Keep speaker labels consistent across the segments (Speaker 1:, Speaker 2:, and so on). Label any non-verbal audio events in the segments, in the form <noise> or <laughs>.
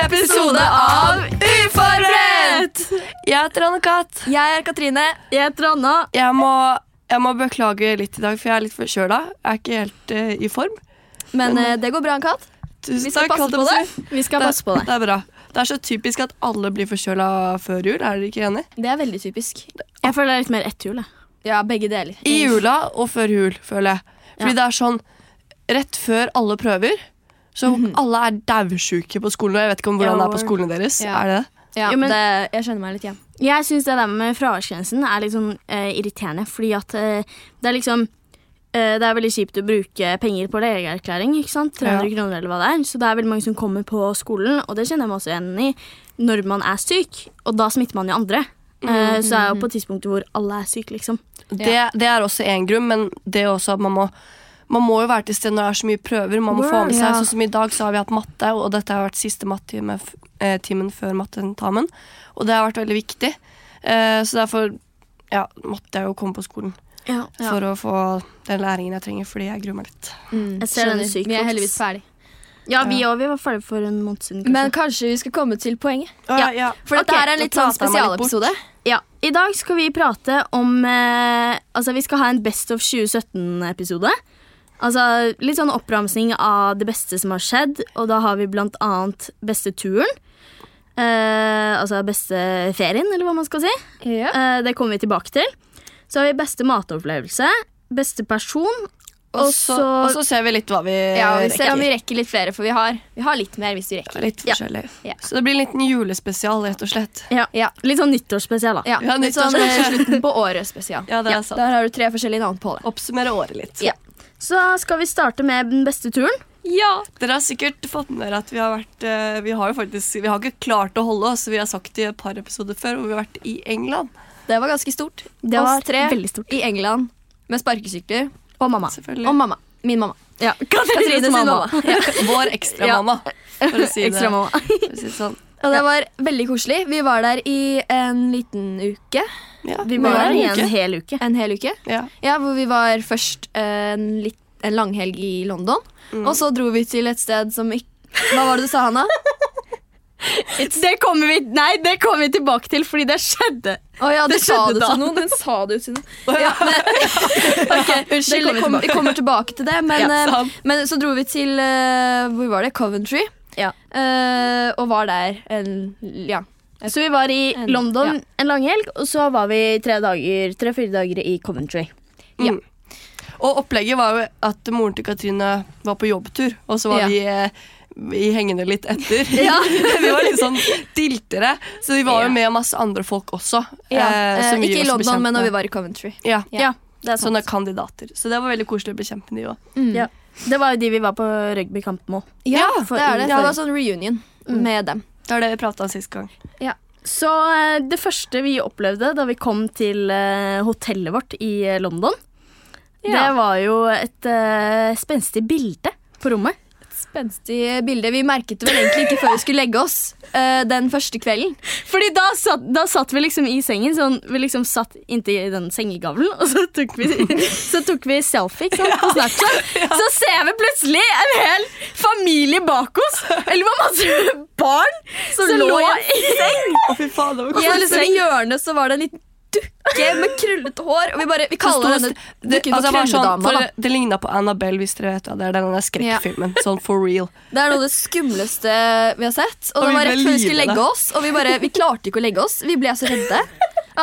Speaker 1: episode av Uforberedt!
Speaker 2: Jeg heter Anne-Kat.
Speaker 1: Jeg er Katrine.
Speaker 3: Jeg heter Anna.
Speaker 2: Jeg, må- jeg må beklage litt i dag, for jeg er litt forkjøla. Jeg er ikke helt eh, i form.
Speaker 1: Men eh, det går bra, Ann-Kat.
Speaker 2: Tusen
Speaker 1: Vi skal
Speaker 2: takk,
Speaker 1: passe
Speaker 2: holdt jeg
Speaker 1: på
Speaker 2: å
Speaker 1: deg.
Speaker 2: si.
Speaker 3: Vi skal passe på deg.
Speaker 2: Det er bra. Det er så typisk at alle blir forkjøla før jul, er dere ikke enig?
Speaker 1: Det er veldig typisk.
Speaker 3: Jeg føler det er litt mer ett hjul. jeg.
Speaker 1: Ja, begge deler.
Speaker 2: I jula og før jul, føler jeg. Fordi
Speaker 3: Mm. Ja.
Speaker 2: det er sånn rett før alle prøver, så alle er daudsjuke på skolen. Og jeg vet ikke om hvordan det er på
Speaker 3: Mhm. Ja.
Speaker 2: skolene deres.
Speaker 1: Ja.
Speaker 2: Er det det?
Speaker 1: Ja,
Speaker 3: Jo, men-
Speaker 1: det, jeg skjønner meg litt igjen.
Speaker 3: Jeg syns det der med fraværsgrensen er litt sånn eh, irriterende, fordi at eh, det er liksom eh, det er veldig kjipt å bruke penger på legeerklæring. ikke sant? 300 kroner eller hva det er. Så det er veldig mange som kommer på skolen, og det kjenner jeg meg også igjen i, når man er syk. Og da smitter man jo andre. Eh, så det er jo på tidspunktet hvor alle er syke, liksom.
Speaker 2: Det, det er også én grunn, men det er også at man må man må jo være til stede når det er så mye prøver. Man må få med seg,
Speaker 3: Ja.
Speaker 2: sånn som I dag så har vi hatt matte, og dette har vært siste mattetimen eh, timen før mattetamen. Og det har vært veldig viktig. Eh, så derfor ja, måtte jeg jo komme på skolen
Speaker 3: Ja,
Speaker 2: for å få den læringen jeg trenger, fordi jeg gruer meg litt.
Speaker 3: Jeg ser den syk
Speaker 1: Mm, Vi er
Speaker 3: fort.
Speaker 1: heldigvis ferdig.
Speaker 3: vi òg. Vi var ferdige for en måned siden. kanskje.
Speaker 1: Men kanskje vi skal komme til poenget.
Speaker 2: Ja,
Speaker 1: For
Speaker 3: Ok,
Speaker 1: dette her er en litt
Speaker 2: da
Speaker 1: sånn
Speaker 2: prater jeg meg litt bort.
Speaker 1: spesialepisode.
Speaker 3: Ja, I dag skal vi prate om eh, Altså, vi skal ha en Best of 2017-episode. Altså litt sånn oppramsing av det beste som har skjedd, og da har vi blant annet beste turen. Eh, altså beste ferien, eller hva man skal si.
Speaker 1: Ja.
Speaker 3: Eh, det kommer vi tilbake til. Så har vi beste matopplevelse, beste person,
Speaker 2: Og så, og så ser vi litt hva vi
Speaker 1: vi
Speaker 2: rekker.
Speaker 1: ser om Eh, vi rekker litt flere, for vi har, vi har litt mer hvis vi rekker.
Speaker 2: Litt
Speaker 3: Ja.
Speaker 2: forskjellig.
Speaker 1: Ja.
Speaker 2: Så det blir en liten julespesial, rett og slett.
Speaker 3: ja,
Speaker 1: Ja.
Speaker 3: Litt sånn nyttårsspesial, da.
Speaker 1: Ja,
Speaker 2: Ja,
Speaker 1: litt sånn eh, <laughs>
Speaker 2: nyttårsspesial.
Speaker 1: slutten på året spesial.
Speaker 2: Ja, det
Speaker 3: Ja,
Speaker 2: er sant.
Speaker 1: Der har du tre forskjellige navn på det.
Speaker 2: Oppsummere året litt.
Speaker 1: Ja.
Speaker 3: Så skal vi starte med den beste turen.
Speaker 1: Ja.
Speaker 2: Dere har sikkert fått med dere at vi har vært eh, Vi har jo faktisk Vi har ikke klart å holde oss. Vi har sagt det i et par episoder før hvor vi har vært i England.
Speaker 1: Det var ganske stort.
Speaker 3: Det var
Speaker 1: Oss tre
Speaker 3: veldig stort.
Speaker 1: i England med sparkesykler.
Speaker 3: Og mamma.
Speaker 2: Selvfølgelig. <laughs>
Speaker 1: Og mamma. Min mamma.
Speaker 3: Ja, Katrine
Speaker 1: Katrine sin mamma.
Speaker 2: Vår ekstramamma,
Speaker 1: <laughs>
Speaker 2: for å
Speaker 3: <laughs>
Speaker 2: si det
Speaker 3: Ekstra mamma.
Speaker 2: for å si det sånn.
Speaker 1: Og det var veldig koselig. Vi var der i en liten uke.
Speaker 2: Ja,
Speaker 3: Vi
Speaker 2: det
Speaker 3: var der i
Speaker 2: en
Speaker 3: en
Speaker 2: uke.
Speaker 3: hel uke.
Speaker 1: En hel uke.
Speaker 2: Ja.
Speaker 1: Ja, Hvor vi var først eh, en, litt, en langhelg i London. Og så dro vi til et sted som ikke Hva var det du sa, Hanna?
Speaker 3: Det kommer vi, nei, det kommer vi tilbake til, fordi det skjedde.
Speaker 1: Å ja, du
Speaker 3: Det
Speaker 1: sa
Speaker 3: skjedde
Speaker 1: det
Speaker 3: da.
Speaker 1: til noen. Hun sa det jo til noen.
Speaker 2: Ja,
Speaker 1: <laughs> Unnskyld,
Speaker 3: kommer
Speaker 1: vi kommer, vi kommer tilbake til det. Men,
Speaker 2: Ja,
Speaker 1: eh,
Speaker 2: sant.
Speaker 1: men så dro vi til eh, Hvor var det? Coventry.
Speaker 3: Ja.
Speaker 1: Eh, og var der en Ja.
Speaker 3: <laughs> Så vi var i
Speaker 1: En-
Speaker 3: London
Speaker 1: ja.
Speaker 3: en langhelg, og så var vi tre dager, tre-fire dager i Coventry.
Speaker 2: Mm. Og opplegget var jo at moren til Katrine var på jobbtur, og så var
Speaker 1: Ja.
Speaker 2: vi, eh, vi hengende litt
Speaker 1: <laughs>
Speaker 2: etter. <laughs> vi var litt sånn diltere, så vi var jo
Speaker 3: Ja.
Speaker 2: med masse andre folk også.
Speaker 1: ja.
Speaker 2: eh,
Speaker 1: Eh,
Speaker 2: som vi
Speaker 1: ikke i
Speaker 2: også ble
Speaker 1: London,
Speaker 2: kjent
Speaker 1: men når
Speaker 2: med.
Speaker 1: vi var i Coventry.
Speaker 2: Ja,
Speaker 1: Ja.
Speaker 3: det er sant.
Speaker 2: sånne kandidater. Så det var veldig koselig å bli kjent med de òg.
Speaker 3: Ja. Det var jo de vi var på rugbykamp med.
Speaker 1: Mm. Ja,
Speaker 3: for-
Speaker 1: det er det.
Speaker 3: ja.
Speaker 1: Det var sånn reunion med dem.
Speaker 2: Det er det vi prata om sist gang.
Speaker 3: Så eh, det første vi opplevde da vi kom til eh, hotellet vårt i eh, London, det
Speaker 1: Ja.
Speaker 3: var jo et eh, spenstig bilde på rommet.
Speaker 1: Spenstig bilde. Vi merket det vel egentlig ikke før vi skulle legge oss eh, den første kvelden.
Speaker 3: Fordi da satt, da satt vi liksom i sengen, sånn, vi liksom satt inntil den sengegavlen, og så tok vi, <laughs> så tok vi selfie ikke sant, på Snapchat. Så ser vi plutselig en hel familie bak oss, eller var masse barn som,
Speaker 1: lå
Speaker 3: lå,
Speaker 1: i
Speaker 3: i seng.
Speaker 2: Å, fy faen, det var
Speaker 1: liksom I en liten hjørne så var det en liten dukke med krøllete hår. Og vi bare, vi kaller henne
Speaker 2: det,
Speaker 1: dukken for
Speaker 2: altså, det, var sånn,
Speaker 1: krølledama.
Speaker 2: for,
Speaker 1: da.
Speaker 2: det ligna på Annabelle, hvis dere vet hva det er. Det er den der skrekkfilmen. Sånn for real.
Speaker 1: Det er noe av det skumleste vi har sett. Og,
Speaker 2: Og
Speaker 1: det
Speaker 2: vi
Speaker 1: var
Speaker 2: ble
Speaker 1: rett før vi skulle
Speaker 2: livredde.
Speaker 1: legge oss, og vi bare, vi klarte ikke å legge oss. Vi ble så redde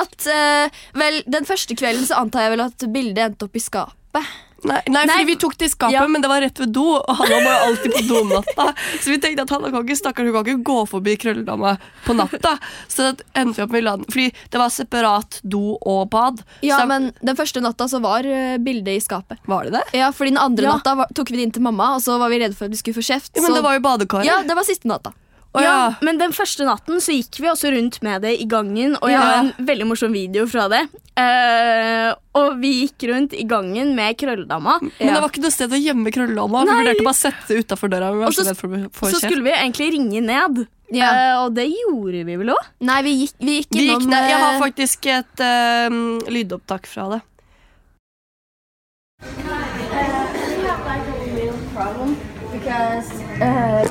Speaker 1: at eh, Vel, den første kvelden så antar jeg vel at bildet endte opp i skapet.
Speaker 2: Nei, nei, fordi vi tok det i skapet,
Speaker 3: Ja.
Speaker 2: men det var rett ved do, og Hanna må jo alltid på do om natta. Så vi tenkte at Hanna kan ikke, stakkars, hun kan ikke gå forbi krølledama på natta. Så det endte vi opp med land. Fordi det var separat do og bad.
Speaker 1: Ja,
Speaker 2: så da-
Speaker 1: men den første natta så var eh, bildet i skapet.
Speaker 2: Var det det?
Speaker 1: Ja, fordi den andre
Speaker 3: Ja.
Speaker 1: natta var, tok vi det inn til mamma, og så var vi redde for at vi skulle få kjeft.
Speaker 2: Ja, men
Speaker 1: så,
Speaker 2: det var jo badekaret.
Speaker 1: ja, det var siste natta.
Speaker 2: Å, ja.
Speaker 3: Ja, men den første natten så gikk vi også rundt med det i gangen, og jeg
Speaker 2: Ja.
Speaker 3: har en veldig morsom video fra det. Eh, og vi gikk rundt i gangen med krølledama.
Speaker 2: Men
Speaker 1: Ja.
Speaker 2: det var ikke noe sted å gjemme krølledama. Vi vurderte bare å sette det utafor døra. men Vi
Speaker 3: Og
Speaker 2: var
Speaker 3: så-
Speaker 2: så redd for å få
Speaker 3: Så
Speaker 2: kjeft.
Speaker 3: skulle vi egentlig ringe ned,
Speaker 1: Ja.
Speaker 3: eh, og det gjorde vi vel òg?
Speaker 1: Nei, vi gikk, vi gikk
Speaker 2: Vi
Speaker 1: innom
Speaker 2: gikk ned. Jeg har
Speaker 1: eh,
Speaker 2: faktisk et eh, lydopptak fra det.
Speaker 4: We have like a real problem because uh,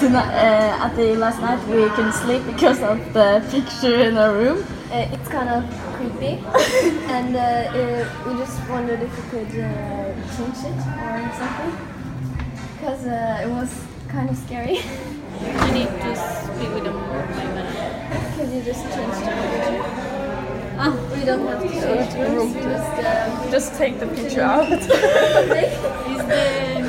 Speaker 4: tonight, uh, at the last night we couldn't sleep because of the picture in our room.
Speaker 5: Uh, it's kind of creepy, and uh, uh, we just wondered if we could uh, change it or something, because uh, it was kind of scary.
Speaker 6: You need to speak with them by minute.
Speaker 5: Could you just change the picture? Ah, we don't have to change the room. We just um,
Speaker 4: Just take the picture out.
Speaker 6: Is the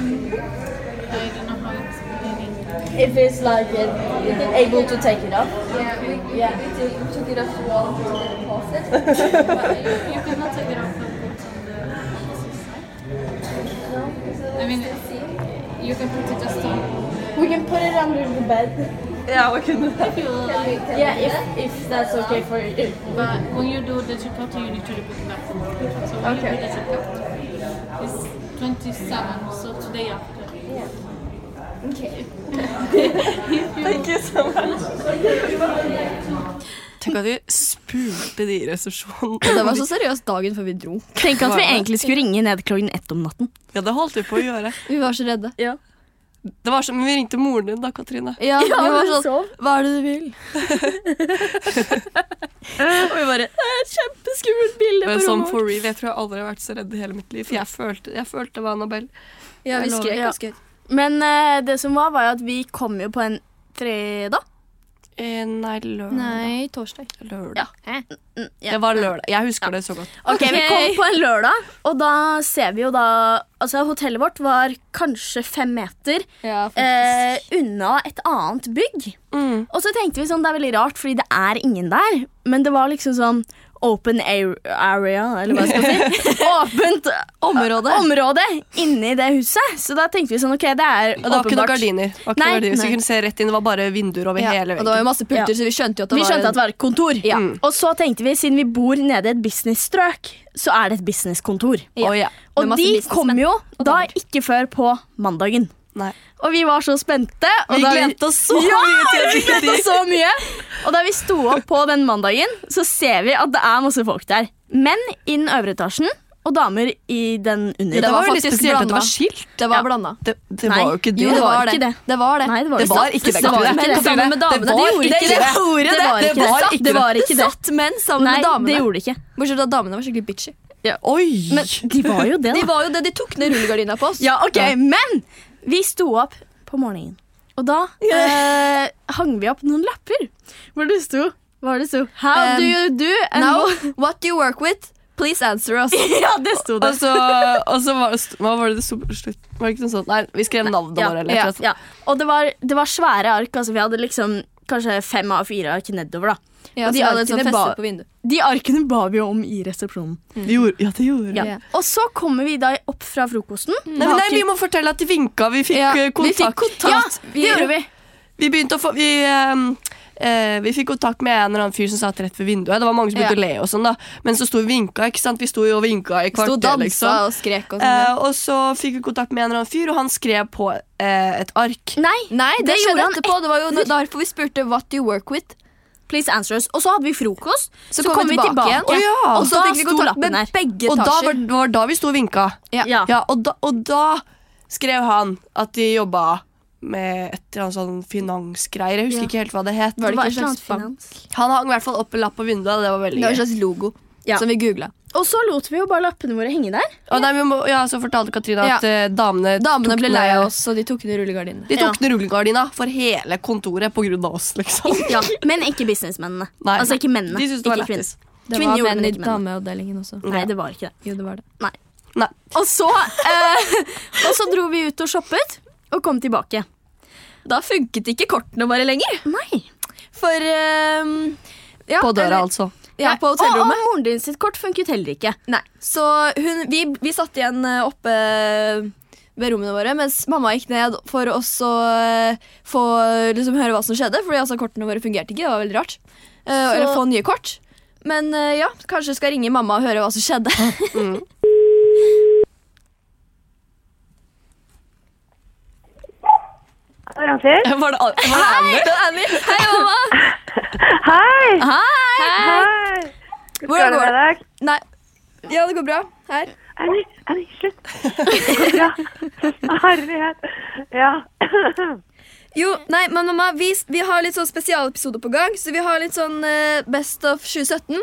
Speaker 6: I don't know how it's meaning.
Speaker 4: If it's like it, if it's able to take it off.
Speaker 5: yeah, we, we, we took- we took it off the wall to the closet.
Speaker 6: But you, you cannot take it off and put on the opposite side.
Speaker 5: no, so
Speaker 6: I mean-
Speaker 5: let's see.
Speaker 6: You can put it just on.
Speaker 4: We can put it under the bed. Yeah, we can do that.
Speaker 6: If you
Speaker 5: Can we,
Speaker 6: like,
Speaker 5: can
Speaker 4: Yeah,
Speaker 5: we do that?
Speaker 4: if, if that's okay for you.
Speaker 6: but when you do the chipot, you need to repeat it back. So when you do the chipot, it's 27. So today after.
Speaker 4: Thank you so much.
Speaker 2: Tenk at vi spurte de i resepsjonen.
Speaker 1: Det var så seriøst dagen før vi dro.
Speaker 3: Tenk at vi egentlig skulle ringe ned klokken ett om natten.
Speaker 2: Ja, det holdt vi på å gjøre.
Speaker 1: Vi var så redde.
Speaker 2: Det var som vi ringte moren din da, Katrine.
Speaker 1: Ja,
Speaker 3: <laughs>
Speaker 1: vi var sånn Hva er det du vil?
Speaker 3: Og vi bare sånn Det er et kjempeskummelt bilde
Speaker 2: Men Som for real, jeg tror jeg aldri har vært så redd i hele mitt liv. For jeg følte, jeg følte det var Annabelle.
Speaker 1: Ja, vi
Speaker 3: Jeg lover.
Speaker 1: skrek
Speaker 3: Ja.
Speaker 1: ganske høyt.
Speaker 3: Men eh, det som var, var jo at vi kom jo på en fredag.
Speaker 2: Eh, nei, lørdag.
Speaker 1: Nei, torsdag.
Speaker 2: lørdag.
Speaker 3: Ja. Mm, ja.
Speaker 2: Det var lørdag. Jeg husker det så godt.
Speaker 3: Ok, Vi kom på en lørdag, og da ser vi jo da Altså, hotellet vårt var kanskje fem meter
Speaker 1: Ja,
Speaker 3: eh, unna et annet bygg. Og så tenkte vi sånn, det er veldig rart, fordi det er ingen der. Men det var liksom sånn open air- area, eller hva skal
Speaker 1: <laughs>
Speaker 3: jeg si. Åpent område. område inni det huset. Så da tenkte vi sånn, ok, det er
Speaker 2: Og det var ikke noen
Speaker 3: åpenbart.
Speaker 2: gardiner. Det var ikke
Speaker 3: Nei,
Speaker 2: noen gardiner. Så
Speaker 3: nei.
Speaker 2: vi kunne se rett inn. Det var bare vinduer over
Speaker 1: ja.
Speaker 2: hele
Speaker 1: Og det var jo
Speaker 2: veggen.
Speaker 1: masse pulter,
Speaker 3: Ja.
Speaker 1: så vi skjønte jo at det
Speaker 3: Vi
Speaker 1: var
Speaker 3: skjønte at det var et kontor.
Speaker 1: Ja.
Speaker 3: Og så tenkte vi, siden vi bor nede i et businessstrøk, så er det et businesskontor.
Speaker 1: Ja.
Speaker 2: Å, ja.
Speaker 1: Med
Speaker 3: Og
Speaker 1: masse
Speaker 3: de kom
Speaker 1: businessmenn
Speaker 3: jo
Speaker 1: og
Speaker 3: da
Speaker 1: damer.
Speaker 3: ikke før på mandagen.
Speaker 2: Nei.
Speaker 3: Og vi var så spente. Og
Speaker 2: Vi
Speaker 3: da
Speaker 2: gledet oss så
Speaker 3: ja,
Speaker 2: mye til
Speaker 3: vi gledet oss så mye. Og da vi sto opp på den mandagen, så ser vi at det er masse folk der. Menn i den øvre etasjen og damer i den under.
Speaker 1: Det
Speaker 2: Det
Speaker 1: var
Speaker 2: var jo litt
Speaker 1: faktisk
Speaker 2: spesielt at det
Speaker 1: blanda.
Speaker 2: var skilt.
Speaker 1: Det var blanda.
Speaker 2: Det, det
Speaker 3: Nei.
Speaker 2: var jo ikke det.
Speaker 1: Jo, det var
Speaker 3: ikke
Speaker 1: det.
Speaker 3: det.
Speaker 1: Det var det.
Speaker 3: Nei, det var
Speaker 2: Det var ikke det.
Speaker 1: Det var
Speaker 2: Katrine.
Speaker 1: menn sammen med damene.
Speaker 2: Det var
Speaker 1: De gjorde
Speaker 2: ikke
Speaker 1: det.
Speaker 2: det.
Speaker 1: gjorde
Speaker 3: det. var ikke
Speaker 2: Det var
Speaker 3: det.
Speaker 2: ikke
Speaker 3: Det
Speaker 2: det.
Speaker 3: var ikke det.
Speaker 1: Satt menn sammen
Speaker 3: Nei,
Speaker 1: med
Speaker 3: det
Speaker 1: damene.
Speaker 3: gjorde det ikke.
Speaker 1: Bortsett fra at damene var skikkelig bitchy.
Speaker 2: Oi!
Speaker 3: Men de var jo det,
Speaker 1: De
Speaker 3: da.
Speaker 1: var jo det, de tok ned rullegardina på oss.
Speaker 3: Ja, ok, Men vi sto opp på morgenen, og da eh, hang vi opp noen lapper hvor det sto Hva var det sto? How
Speaker 1: Um,
Speaker 3: do you do and
Speaker 1: Now,
Speaker 3: what- <laughs>
Speaker 1: what do you work with? Please answer us.
Speaker 3: Ja, det sto det.
Speaker 2: Og så, og så var, det, st- hva var det det sto på slutt? Var det ikke noe sånt? Nei, vi skrev navnet
Speaker 3: Ja,
Speaker 2: våre. eller
Speaker 3: ja,
Speaker 2: et eller annet.
Speaker 3: ja. Og det var, det var svære ark. Altså, vi hadde liksom kanskje fem av fire ark nedover. da
Speaker 1: Ja,
Speaker 3: Og de
Speaker 1: så hadde et sånt
Speaker 3: arkene ba-
Speaker 1: feste på vinduet.
Speaker 3: De arkene ba vi om i resepsjonen.
Speaker 2: Vi gjorde, ja, Mm. det gjorde
Speaker 3: Ja.
Speaker 2: vi.
Speaker 3: Og så kommer vi da opp fra frokosten.
Speaker 2: Nei, men nei, vi må fortelle at de vinka. Vi fikk
Speaker 1: Ja,
Speaker 2: eh,
Speaker 1: vi
Speaker 2: kontakt.
Speaker 1: fikk kontakt.
Speaker 2: Ja,
Speaker 3: Det gjorde vi.
Speaker 2: Vi begynte å få Vi, ehm, eh, vi fikk kontakt med en eller annen fyr som satt rett ved vinduet. Det var mange som
Speaker 1: Ja.
Speaker 2: begynte å le og sånn, da. Men så sto vi og vinka, ikke sant. Vi sto jo og vinka i
Speaker 1: Sto og
Speaker 2: kvarter,
Speaker 1: dansa
Speaker 2: liksom.
Speaker 1: og skrek og
Speaker 2: Eh,
Speaker 1: sånn.
Speaker 2: og så fikk vi kontakt med en eller annen fyr, og han skrev på eh, et ark.
Speaker 3: Nei,
Speaker 1: Nei, det,
Speaker 3: det gjorde
Speaker 1: skjedde
Speaker 3: han
Speaker 1: etterpå. Det var jo derfor vi spurte what do you work with.
Speaker 3: please answer us. Og så hadde vi frokost.
Speaker 1: Så kom vi tilbake igjen.
Speaker 2: Å ja.
Speaker 1: Og så fikk
Speaker 3: da
Speaker 1: vi
Speaker 3: sto
Speaker 1: kontakt
Speaker 3: lappen
Speaker 1: med
Speaker 3: her.
Speaker 1: begge
Speaker 2: Og da
Speaker 1: etasjer.
Speaker 2: var, det var da vi sto og vinka.
Speaker 3: Ja.
Speaker 2: Ja, og, da, og da skrev han at de jobba med et eller annet sånn finansgreier. Jeg husker ikke helt hva det het.
Speaker 1: Var det ikke
Speaker 3: et
Speaker 1: en slags
Speaker 3: eller annet
Speaker 1: bank?
Speaker 3: finans.
Speaker 2: Han hang i hvert fall opp en lapp på vinduet. og Det var veldig
Speaker 1: Det var en
Speaker 2: gøy.
Speaker 1: slags logo
Speaker 3: Ja.
Speaker 1: som vi googla.
Speaker 3: Og så lot vi jo bare lappene våre henge der.
Speaker 2: Å, nei, vi må, ja, så fortalte Katrina at
Speaker 1: Ja.
Speaker 2: eh, damene,
Speaker 1: Damene
Speaker 2: tok
Speaker 1: ble
Speaker 2: ned-
Speaker 1: lei av oss, og de tok ned rullegardinene.
Speaker 2: De tok ned rullegardina for hele kontoret på grunn av oss, liksom.
Speaker 3: Ja, <laughs> Men ikke businessmennene.
Speaker 2: Nei.
Speaker 3: Altså ikke mennene.
Speaker 2: De syntes det var
Speaker 3: ikke kvinnene.
Speaker 2: lættis.
Speaker 1: Det
Speaker 3: Kvinner
Speaker 1: var
Speaker 3: gjorde
Speaker 1: menn
Speaker 3: det
Speaker 1: i
Speaker 3: ikke, men-
Speaker 1: dameavdelingen også.
Speaker 3: Nei, det var ikke det.
Speaker 1: Jo, det var det.
Speaker 2: Nei.
Speaker 3: Og så, eh, <laughs> og så dro vi ut og shoppet, og kom tilbake.
Speaker 1: Da funket ikke kortene våre lenger.
Speaker 3: Nei.
Speaker 1: For ehm, ja,
Speaker 2: På døra,
Speaker 1: eller-
Speaker 2: altså.
Speaker 1: Ja, på
Speaker 3: Og-
Speaker 1: hotellrommet.
Speaker 3: Og, og moren din sitt kort funket heller ikke.
Speaker 1: Nei. Så hun, vi, vi satt igjen eh, oppe ved rommene våre, mens mamma gikk ned for oss å eh, få liksom, høre hva som skjedde. Fordi altså, kortene våre fungerte ikke. Det var veldig rart. Eh, Eller få nye kort. Men eh, ja, kanskje skal ringe mamma og høre hva som skjedde. <laughs>
Speaker 7: Garantert.
Speaker 2: Var det, al- var det Annie?
Speaker 1: Annie, Hei, mamma!
Speaker 7: Hei!
Speaker 1: Hei!
Speaker 7: Hei!
Speaker 1: Hvordan
Speaker 7: det
Speaker 1: går
Speaker 7: med
Speaker 1: det?
Speaker 7: deg?
Speaker 1: Nei. Ja, det går bra. Her.
Speaker 7: Annie, Annie, slutt. Det går bra. Herlighet. Ja.
Speaker 1: Jo, nei, men mamma, vi, vi har litt sånn spesialepisoder på gang, så vi har litt sånn eh, Best of 2017.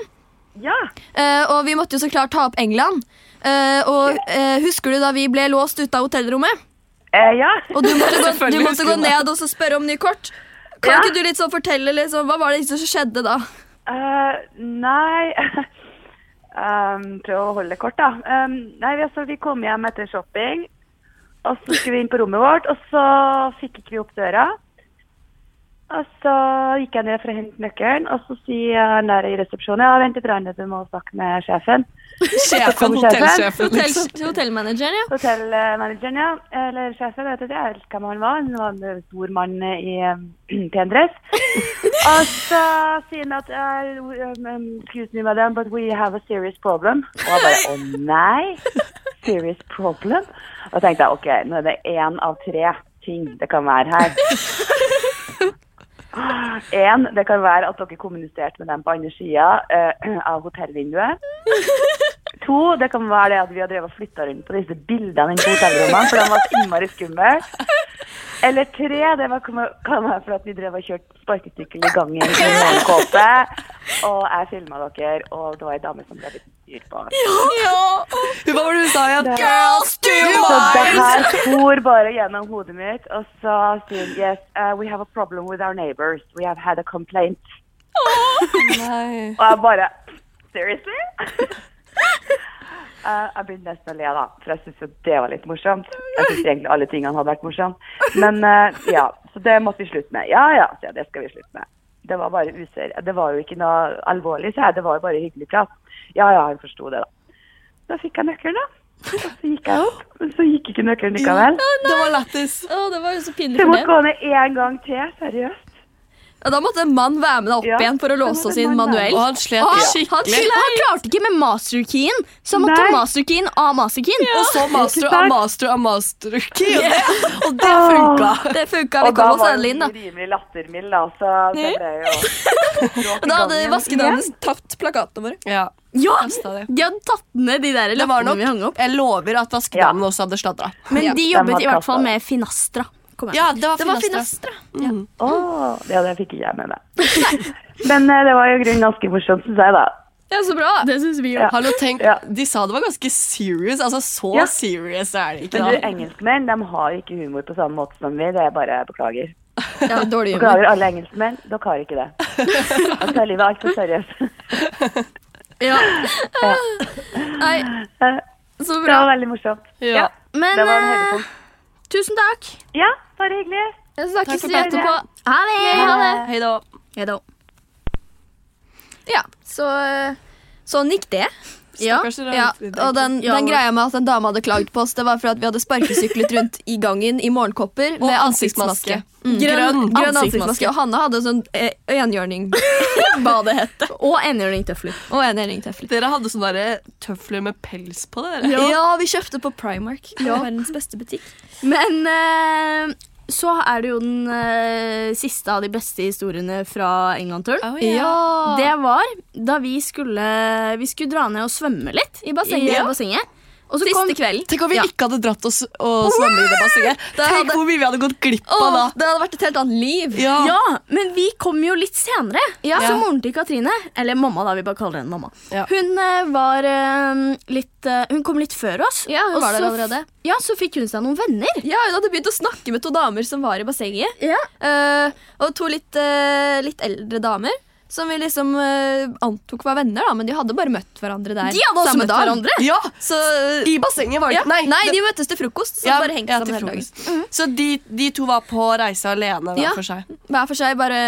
Speaker 7: Ja.
Speaker 1: Eh, og vi måtte jo så klart ta opp England. Eh, og eh, husker du da vi ble låst ute av hotellrommet?
Speaker 7: Eh, ja.
Speaker 1: Og du måtte gå, du
Speaker 2: Selvfølgelig
Speaker 1: måtte
Speaker 2: husker
Speaker 1: gå
Speaker 2: hun det.
Speaker 1: ned og så spørre om nye kort. Kan
Speaker 7: Ja.
Speaker 1: ikke du litt sånn fortelle liksom, Hva var det som skjedde da?
Speaker 7: Eh, nei <laughs> um, Prøv å holde det kort, da. Um, nei, vi- altså, vi kom hjem etter shopping, og så skulle vi inn på rommet vårt, og så fikk ikke vi opp døra. Og så gikk jeg ned for å hente nøkkelen, og så sier han der i resepsjonen ja, vent litt, grann, du må snakke med sjefen.
Speaker 2: <laughs> Sjefen, hotellsjefen,
Speaker 1: Hotell,
Speaker 2: liksom.
Speaker 1: hotellmanageren, ja.
Speaker 7: Hotellmanageren, ja. Eller sjefen, jeg vet ikke helt hvem han var. Han var en stor mann i eh, <clears throat> pen dress. Og så sier han at eh, um, um, Excuse me, madam, but we have a serious problem. Og jeg bare Å nei! Serious problem? Og da tenkte jeg OK, nå er det én av tre ting det kan være her. Én, det kan være at dere kommuniserte med dem på andre sida eh, av hotellvinduet. To, det kan være det at vi har drevet og flytta rundt på disse bildene inne på hotellrommene, for de var så innmari skumle. Eller tre, det var, kan være for at vi drev og kjørte sparkesykkel i gangen i en morgenkåpe, og jeg filma dere, og det var ei dame som ble litt styrt på.
Speaker 2: Hva var det hun sa igjen?
Speaker 7: Det-
Speaker 2: Girls do
Speaker 7: Så det
Speaker 2: mine!
Speaker 7: her for bare gjennom hodet mitt, og så sier hun yes, uh, we have a problem with our neighbors. We have had a complaint. Og jeg bare Seriously? <laughs> Eh, jeg begynte nesten å le, da, for jeg syntes jo det var litt morsomt. Jeg synes egentlig alle tingene hadde vært morsomt. Men eh, ja, så det måtte vi slutte med. Ja ja, så ja, det skal vi slutte med. Det var bare useri... Det var jo ikke noe alvorlig, sa jeg. Det var jo bare hyggelig prat. Ja ja, hun forsto det, da. Da fikk jeg nøkkelen, da. Og så gikk jeg opp, men så gikk ikke nøkkelen likevel.
Speaker 2: Det var lættis.
Speaker 1: Å, det var jo så pinlig
Speaker 7: Så jeg
Speaker 1: for
Speaker 7: måtte
Speaker 1: det.
Speaker 7: gå ned én gang til, seriøst.
Speaker 1: Ja, da måtte en mann være med deg opp
Speaker 7: Ja,
Speaker 1: igjen for å
Speaker 7: da
Speaker 1: låse
Speaker 7: måtte
Speaker 1: oss
Speaker 7: en
Speaker 1: inn
Speaker 7: mann være
Speaker 1: manuelt.
Speaker 2: Og han slet
Speaker 1: Å, han
Speaker 2: skikkelig.
Speaker 1: slet.
Speaker 3: Han klarte ikke med masterkeyen, så han måtte
Speaker 7: Nei.
Speaker 3: ta masterkeyen av masterkeyen.
Speaker 2: Og så master av
Speaker 7: sant?
Speaker 2: master av master. <laughs> Og det funka.
Speaker 1: Det funka. Vi
Speaker 7: Og da
Speaker 1: kom oss
Speaker 7: var hun
Speaker 1: endelig inn, da.
Speaker 7: rimelig lattermild, da, så det ble
Speaker 1: <laughs>
Speaker 7: jo bråk i
Speaker 1: Og da hadde
Speaker 7: gangen.
Speaker 1: vaskedamene tatt plakatene våre.
Speaker 2: Ja.
Speaker 3: Ja,
Speaker 2: kastet det.
Speaker 3: De hadde tatt ned de der
Speaker 2: Det var
Speaker 3: lappene
Speaker 2: nok
Speaker 3: vi hang opp.
Speaker 2: Jeg lover at vaskedamen også hadde sladra.
Speaker 3: Men
Speaker 1: Ja,
Speaker 3: de
Speaker 7: de
Speaker 3: jobbet
Speaker 7: hadde
Speaker 3: i hvert fall
Speaker 7: kastet
Speaker 3: med Finastra. Kom igjen.
Speaker 2: Ja, det var
Speaker 1: Det var
Speaker 2: finastra.
Speaker 1: Finastra.
Speaker 7: Å, ja, det fikk ikke jeg med meg. Men eh, det var jo i grunnen ganske morsomt, syns jeg, da.
Speaker 1: Ja, så bra.
Speaker 3: Det syns vi
Speaker 7: Ja.
Speaker 2: Hallo, tenk,
Speaker 7: Ja.
Speaker 2: De sa det var ganske serious. Altså, så
Speaker 7: Ja.
Speaker 2: serious er det ikke,
Speaker 7: Men du,
Speaker 2: da.
Speaker 7: engelskmenn de har ikke humor på samme måte som vi. Det er bare beklager.
Speaker 1: Ja, dårlig humor.
Speaker 7: Beklager alle engelskmenn, dere har ikke det.
Speaker 1: <laughs>
Speaker 7: Og så er livet altfor seriøst.
Speaker 1: Ja. Nei, så
Speaker 7: Det
Speaker 1: bra.
Speaker 7: var veldig morsomt.
Speaker 2: Ja.
Speaker 3: Men
Speaker 7: Det var en
Speaker 3: eh,
Speaker 7: høydepunkt.
Speaker 3: tusen takk.
Speaker 7: Ja, bare hyggelig.
Speaker 1: Jeg snakkes
Speaker 2: for
Speaker 1: vi
Speaker 2: praten.
Speaker 1: etterpå.
Speaker 3: Ha det.
Speaker 1: Ha det.
Speaker 2: Hei da.
Speaker 3: Hei da.
Speaker 1: Ja, så Sånn gikk det.
Speaker 3: Ja.
Speaker 2: Stakkars dere.
Speaker 1: Ja, og den,
Speaker 3: Ja,
Speaker 1: den
Speaker 3: men-
Speaker 1: greia med at en dame hadde klagd på oss, det var for at vi hadde sparkesyklet <laughs> rundt i gangen i morgenkopper
Speaker 2: Og
Speaker 1: med
Speaker 2: ansiktsmaske.
Speaker 1: ansiktsmaske. Mm. Grønn,
Speaker 3: Grønn
Speaker 1: grønn
Speaker 3: ansiktsmaske.
Speaker 1: ansiktsmaske. Og Hanne hadde sånn eh, enhjørning. <laughs> Badehette.
Speaker 3: Og enhjørning tøfler.
Speaker 1: Og enhjørningtøfler.
Speaker 2: Dere hadde sånne der tøfler med pels på dere.
Speaker 1: Ja. vi kjøpte på Primark. Ja. Verdens beste butikk.
Speaker 3: Men eh, så er det jo den eh, siste av de beste historiene fra England-turen.
Speaker 2: Oh,
Speaker 1: Ja.
Speaker 3: Det var da vi skulle, vi skulle dra ned og svømme litt
Speaker 1: I bassenget.
Speaker 3: I bassenget. Og så
Speaker 1: Siste
Speaker 3: kom,
Speaker 1: kvelden.
Speaker 2: Tenk om vi
Speaker 3: Ja.
Speaker 2: ikke hadde dratt oss og svømme i det bassenget.
Speaker 1: Det
Speaker 2: Tenk
Speaker 1: hadde-
Speaker 2: hvor mye vi hadde gått glipp av da.
Speaker 1: Åh, det hadde vært et helt annet liv.
Speaker 2: Ja.
Speaker 3: Ja, men vi kom jo litt senere.
Speaker 1: Ja.
Speaker 3: Så moren til Katrine, eller mamma da, vi bare kaller henne mamma.
Speaker 2: Ja.
Speaker 3: Hun eh, var eh, litt eh, Hun kom litt før oss.
Speaker 1: Ja, hun
Speaker 3: og
Speaker 1: var der
Speaker 3: så f-
Speaker 1: allerede.
Speaker 3: Ja, så fikk hun seg noen venner.
Speaker 1: Ja, Hun hadde begynt å snakke med to damer som var i bassenget.
Speaker 3: Ja.
Speaker 1: eh, og to litt, eh, litt eldre damer. Som vi liksom eh, antok var venner, da, men de hadde bare møtt hverandre der.
Speaker 3: De hadde også
Speaker 1: samme
Speaker 3: møtt
Speaker 1: dag.
Speaker 3: hverandre.
Speaker 2: Ja.
Speaker 1: Så,
Speaker 2: I bassenget var det
Speaker 1: ja.
Speaker 2: ikke
Speaker 1: Nei,
Speaker 2: det-
Speaker 1: de møttes til frokost. Så
Speaker 2: Ja,
Speaker 1: bare hengte
Speaker 2: ja, til
Speaker 1: sammen hele dagen.
Speaker 2: frokost. Mm. Så de, de to var på reise alene hver
Speaker 1: Ja.
Speaker 2: for seg.
Speaker 1: Hver for seg bare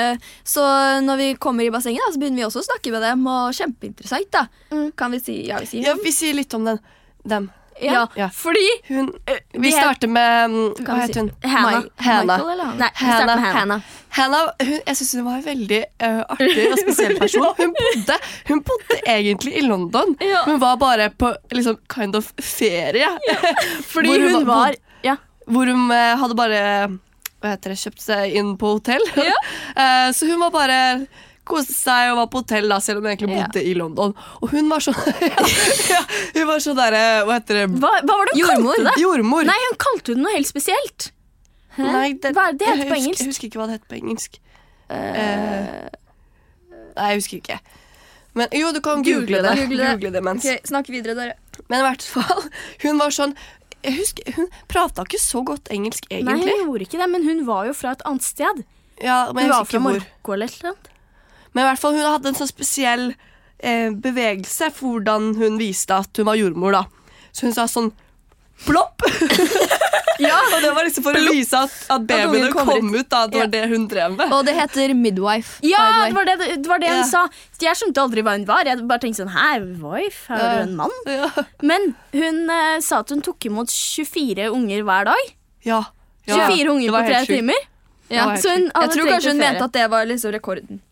Speaker 1: Så når vi kommer i bassenget, da, så begynner vi også å snakke med dem. Og kjempeinteressant, da. Kan vi si ja, vi sier
Speaker 2: Ja, vi sier litt om den. dem.
Speaker 1: Ja.
Speaker 2: Ja.
Speaker 3: Fordi
Speaker 2: Hun, eh, vi
Speaker 3: het-
Speaker 2: starter med mm,
Speaker 1: vi
Speaker 2: Hva
Speaker 1: si-
Speaker 2: heter hun?
Speaker 3: Hannah.
Speaker 1: Mi-
Speaker 2: Hannah.
Speaker 1: Michael eller Hannah?
Speaker 3: Nei, vi starter med Hannah.
Speaker 2: Hannah, hun, jeg synes hun var en veldig eh, artig og spesiell person. Hun bodde, hun bodde egentlig i London.
Speaker 1: Ja.
Speaker 2: Hun var bare på liksom, kind of ferie. <laughs>
Speaker 3: Fordi
Speaker 2: Hvor
Speaker 3: hun var
Speaker 2: bod-
Speaker 3: Ja.
Speaker 2: Hvor hun eh, hadde bare hva heter det, kjøpt seg inn på hotell. <laughs> Eh, så hun var bare koste seg og var på hotell, da, selv om hun egentlig
Speaker 1: Ja.
Speaker 2: bodde i London. Og hun var sånn <laughs> ja, Hun var sånn derre Hva heter det?
Speaker 3: Hva, hva var det hun
Speaker 1: Jordmor.
Speaker 3: kalte det?
Speaker 2: Jordmor.
Speaker 3: Nei, hun kalte det noe helt spesielt.
Speaker 2: Nei,
Speaker 3: Hva er det det
Speaker 2: jeg
Speaker 3: heter på
Speaker 2: husker-
Speaker 3: engelsk?
Speaker 2: Jeg husker ikke hva det heter på engelsk. Eh, nei, jeg husker ikke. Men jo, du kan google,
Speaker 1: Google
Speaker 2: det.
Speaker 1: det. Google det.
Speaker 2: Google det mens.
Speaker 1: Ok, Snakk videre, dere.
Speaker 2: Men i hvert fall, hun var sånn jeg husker, Hun prata ikke så godt engelsk,
Speaker 3: Nei,
Speaker 2: egentlig.
Speaker 3: hun gjorde ikke det, men hun var jo fra et annet sted.
Speaker 2: Ja, men
Speaker 3: Hun
Speaker 2: jeg
Speaker 3: var
Speaker 2: husker
Speaker 3: fra
Speaker 2: ikke hvor.
Speaker 3: Marokko eller et eller annet.
Speaker 2: Men i hvert fall, hun hadde en sånn spesiell eh, bevegelse for hvordan hun viste at hun var jordmor. da. Så hun sa sånn plopp! ja, <laughs> Og det var liksom for å vise at, at babyene
Speaker 1: ungen
Speaker 2: kom,
Speaker 1: kommer
Speaker 2: ut. da, Det var det hun drev med.
Speaker 1: Og det heter midwife.
Speaker 3: Ja,
Speaker 1: by
Speaker 3: det
Speaker 1: the way.
Speaker 3: var det, det, var det hun
Speaker 2: Ja.
Speaker 3: sa. Jeg skjønte aldri hva hun var. Jeg bare tenkte sånn Hæ, wife? Er du en mann?
Speaker 2: Ja.
Speaker 3: Men hun eh, sa at hun tok imot 24 unger hver dag.
Speaker 2: Ja. ja.
Speaker 3: 24
Speaker 2: Det
Speaker 3: unger
Speaker 2: var
Speaker 3: på tre
Speaker 2: helt sjukt.
Speaker 3: timer.
Speaker 2: Ja, helt
Speaker 3: så hun hadde
Speaker 1: Jeg tror
Speaker 3: trengt
Speaker 1: kanskje hun
Speaker 3: ferie.
Speaker 1: mente at det var liksom rekorden.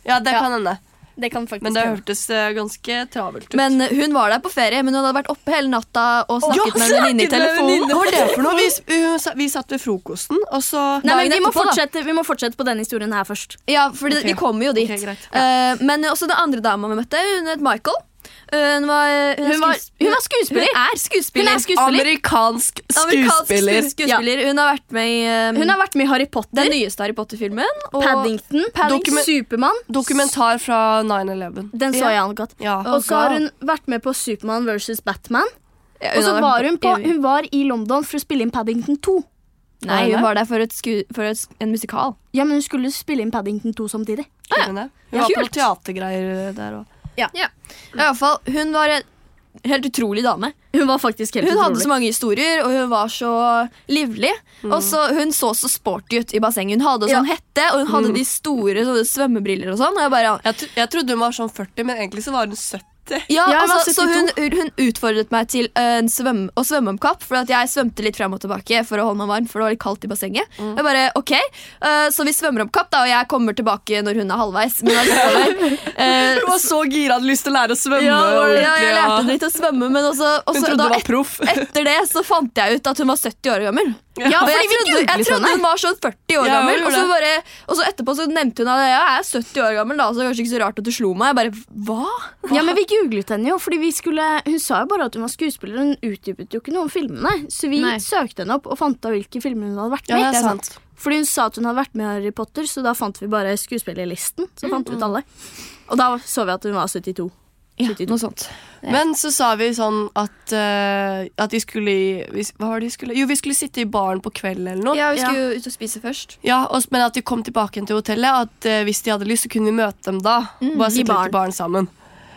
Speaker 2: Ja, det kan hende.
Speaker 3: Det kan faktisk
Speaker 2: Men det
Speaker 3: hende.
Speaker 2: hørtes eh, ganske travelt ut.
Speaker 1: Men hun var der på ferie, men hun hadde vært oppe hele natta og snakket med en
Speaker 2: snakket
Speaker 1: venninne i
Speaker 2: med en venninne.
Speaker 1: telefonen.
Speaker 2: Hva var det for noe? Vi, hun sa- vi satt ved frokosten, og så
Speaker 1: Nei,
Speaker 3: Nei,
Speaker 1: dagen
Speaker 3: men vi må,
Speaker 1: etterpå, da.
Speaker 3: fortsette, vi må fortsette på denne historien her først.
Speaker 1: Ja, for det,
Speaker 2: Ok.
Speaker 1: vi kommer jo dit.
Speaker 2: Ok, greit.
Speaker 1: Eh, men også den andre dama vi møtte, hun het Michael. Eh, hun var, hun er
Speaker 3: Hun var-
Speaker 1: skuesp-
Speaker 3: hun er skuespiller.
Speaker 1: Hun er skuespiller.
Speaker 3: Hun er skuespiller.
Speaker 2: Amerikansk
Speaker 1: Amerikansk
Speaker 2: skuespiller.
Speaker 1: skuespiller. Hun har vært med i eh,
Speaker 3: Hun har vært med i Harry Potter,
Speaker 1: den nyeste Harry Potter-filmen. og-
Speaker 3: Paddington,
Speaker 2: Dokumen-
Speaker 3: Supermann.
Speaker 2: Dokumentar fra 9-11.
Speaker 3: Den så jeg godt.
Speaker 2: Ja.
Speaker 3: Og så har hun vært med på Supermann versus Batman.
Speaker 1: Ja,
Speaker 3: Og så
Speaker 1: hadde
Speaker 3: var
Speaker 1: vært
Speaker 3: hun, på,
Speaker 1: i-
Speaker 3: hun var i London for å spille inn Paddington 2.
Speaker 1: Nei,
Speaker 2: Var
Speaker 1: hun
Speaker 2: det?
Speaker 1: var der for, et sku, for et, en musikal.
Speaker 3: Ja, men hun skulle spille inn Paddington 2 samtidig.
Speaker 2: Kunne det. Hun
Speaker 1: Ja,
Speaker 2: var på
Speaker 1: kult.
Speaker 2: noen teatergreier der òg.
Speaker 1: I hvert fall, Hun var en helt utrolig dame.
Speaker 3: Hun var faktisk helt
Speaker 1: Hun hadde
Speaker 3: utrolig.
Speaker 1: så mange historier, og hun var så livlig. Og så Hun så så sporty ut i bassenget. Hun hadde sånn hette, og hun hadde de store sånne svømmebriller og sånn. Og jeg bare,
Speaker 2: Jeg, tro- jeg trodde hun var sånn 40, men egentlig så var hun 70.
Speaker 1: ja,
Speaker 3: Ja, hun var
Speaker 1: altså, så hun,
Speaker 3: 72.
Speaker 1: hun utfordret meg til en svøm, å svømme om kapp, for at jeg svømte litt frem og tilbake for å holde meg varm, for det var litt kaldt i bassenget. Jeg bare, ok, eh, Så vi svømmer om kapp, da, og jeg kommer tilbake når hun er halvveis. Men allikevel, eh,
Speaker 2: <laughs> Hun var så gira, hadde lyst til å lære å svømme.
Speaker 1: ja,
Speaker 2: ordentlig,
Speaker 1: ja, jeg lærte
Speaker 2: og-
Speaker 1: henne litt å svømme, men også,
Speaker 2: Hun
Speaker 1: også
Speaker 2: trodde
Speaker 1: da,
Speaker 2: hun var proff.
Speaker 1: Etter det så fant jeg ut at hun var 70 år gammel.
Speaker 2: Ja,
Speaker 1: og jeg
Speaker 3: fordi vi
Speaker 1: trodde, jeg
Speaker 3: googlet
Speaker 1: trodde hun var sånn 40 år
Speaker 2: Ja, hun
Speaker 1: gammel,
Speaker 2: gjorde
Speaker 1: og så,
Speaker 2: det.
Speaker 1: bare, og så etterpå så nevnte hun at ja, jeg er 70 år gammel, da, så det er kanskje ikke så rart at du slo meg. Jeg bare, hva?
Speaker 3: Ja, men Vi googlet henne jo, fordi vi skulle Hun sa jo bare at hun var skuespiller. Hun utdypet jo ikke noe om filmene. Så vi
Speaker 1: Nei.
Speaker 3: søkte henne opp og fant av hvilke filmer hun hadde
Speaker 2: <laughs>
Speaker 3: vært
Speaker 2: Ja,
Speaker 3: med i.
Speaker 2: det er sant.
Speaker 3: Fordi hun sa at hun hadde vært med i Harry Potter, så da fant vi bare skuespillerlisten. Så fant vi ut alle. Og da så vi at hun var 72.
Speaker 1: noe sånt.
Speaker 2: Men så sa vi sånn at, eh, at vi skulle i vi, Hva var det vi skulle? Jo, vi skulle sitte i baren på kvelden eller noe.
Speaker 1: Ja, vi skulle jo ut og spise først.
Speaker 2: Ja, og, Men at vi kom tilbake igjen til hotellet. At eh, hvis de hadde lyst, så kunne vi møte dem da.
Speaker 1: Mm,
Speaker 2: Bare sitte litt i baren sammen.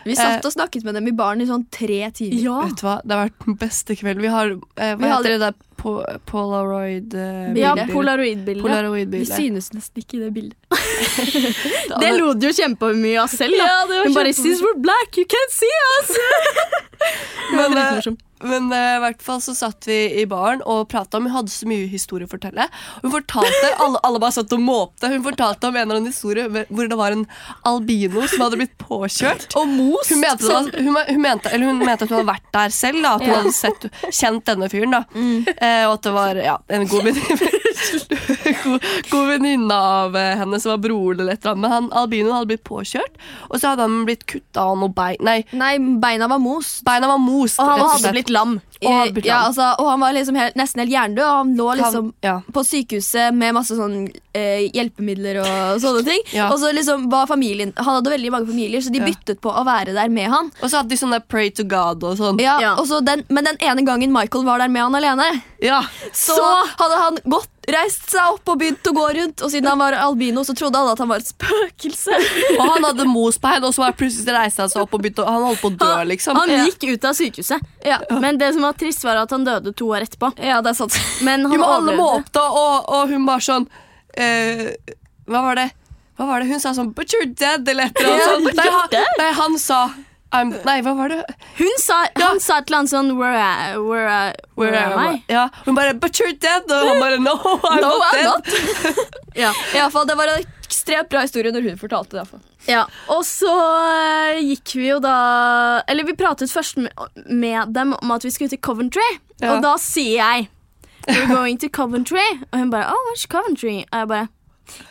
Speaker 1: Vi satt og snakket med dem i baren i sånn tre timer.
Speaker 3: Ja.
Speaker 2: Vet du hva, Det har vært den beste kvelden. Vi har eh, Hva
Speaker 1: Vi har
Speaker 2: heter det der po polaroid eh,
Speaker 3: Ja,
Speaker 2: bildet?
Speaker 3: Polaroidbildet.
Speaker 1: Vi
Speaker 2: Polaroid-bildet.
Speaker 1: synes nesten ikke i det bildet.
Speaker 3: Det lo du jo kjempemye av selv. Da. hun bare 'Since we're black, you can't see us'.
Speaker 2: Men,
Speaker 3: Det var
Speaker 2: eh,
Speaker 3: dritmorsomt.
Speaker 2: men eh, i hvert fall så satt vi i baren og prata om Hun hadde så mye historie å fortelle. Hun fortalte, alle, alle bare satt og måpte. Hun fortalte om en eller annen historie med- hvor det var en albino som hadde blitt påkjørt.
Speaker 1: Og most!
Speaker 2: Hun mente, da, hun, me- hun, mente, eller hun mente at hun hadde vært der selv, da, at hun hadde sett, kjent denne fyren. Da. Eh, og at det var ja, en god venninne <laughs> god, god venninne av eh, henne som var broren eller et eller annet. Men han, albinoen hadde blitt påkjørt, og så hadde han blitt kutta av noe bein. Nei,
Speaker 1: Nei, beina var most.
Speaker 2: beina var most.
Speaker 3: Og han
Speaker 2: rett og
Speaker 3: hadde
Speaker 2: slett.
Speaker 3: blitt lam.
Speaker 2: Og han hadde blitt
Speaker 1: ja,
Speaker 2: lam.
Speaker 1: altså, og han var liksom helt, nesten helt jerndød, og han lå liksom
Speaker 2: ja.
Speaker 1: på sykehuset med masse sånn eh, hjelpemidler og sånne ting.
Speaker 2: Ja.
Speaker 1: Og så liksom var familien Han hadde veldig mange familier, så de
Speaker 2: Ja.
Speaker 1: byttet på å være der med han.
Speaker 2: Og så hadde de sånn der pray to god og sånn.
Speaker 1: Ja,
Speaker 3: Ja.
Speaker 1: og så den, men den ene gangen Michael var der med han alene,
Speaker 2: Ja.
Speaker 1: så, hadde han gått, reist seg opp og begynt å gå rundt. Og siden han var albino, så trodde alle at han var et spøkelse.
Speaker 2: Og han hadde mosbein, og så var plutselig reiste han seg opp og begynte å Han holdt på å dø, liksom.
Speaker 3: Han
Speaker 2: Ja.
Speaker 3: gikk ut av sykehuset. Men det som var trist, var at han døde to år etterpå.
Speaker 1: Ja, det er <laughs> sant.
Speaker 3: Men han
Speaker 2: Jo, men alle
Speaker 3: overlevde.
Speaker 2: måpte, og, og hun var sånn eh, Hva var det? Hva var det? Hun sa sånn 'But you're dead', eller et eller annet. sånt. Nei, han, nei, han sa I'm, Nei, hva var det?
Speaker 3: Hun sa, Han sa et eller annet sånn Where, I- where, I- where am I?
Speaker 2: Ja, hun bare 'But you're dead', og han bare 'No, <laughs> I'm
Speaker 1: No,
Speaker 2: not
Speaker 1: I'm
Speaker 2: dead'.
Speaker 1: not. ja. I alle fall, det var en ekstremt bra historie når hun fortalte det. i alle fall.
Speaker 3: Ja, og så eh, gikk vi jo da Eller vi pratet først med, med dem om at vi skulle til Coventry.
Speaker 2: Ja.
Speaker 3: Og da sier jeg We're going to Coventry. Og hun bare Oh, where's Coventry? Og jeg bare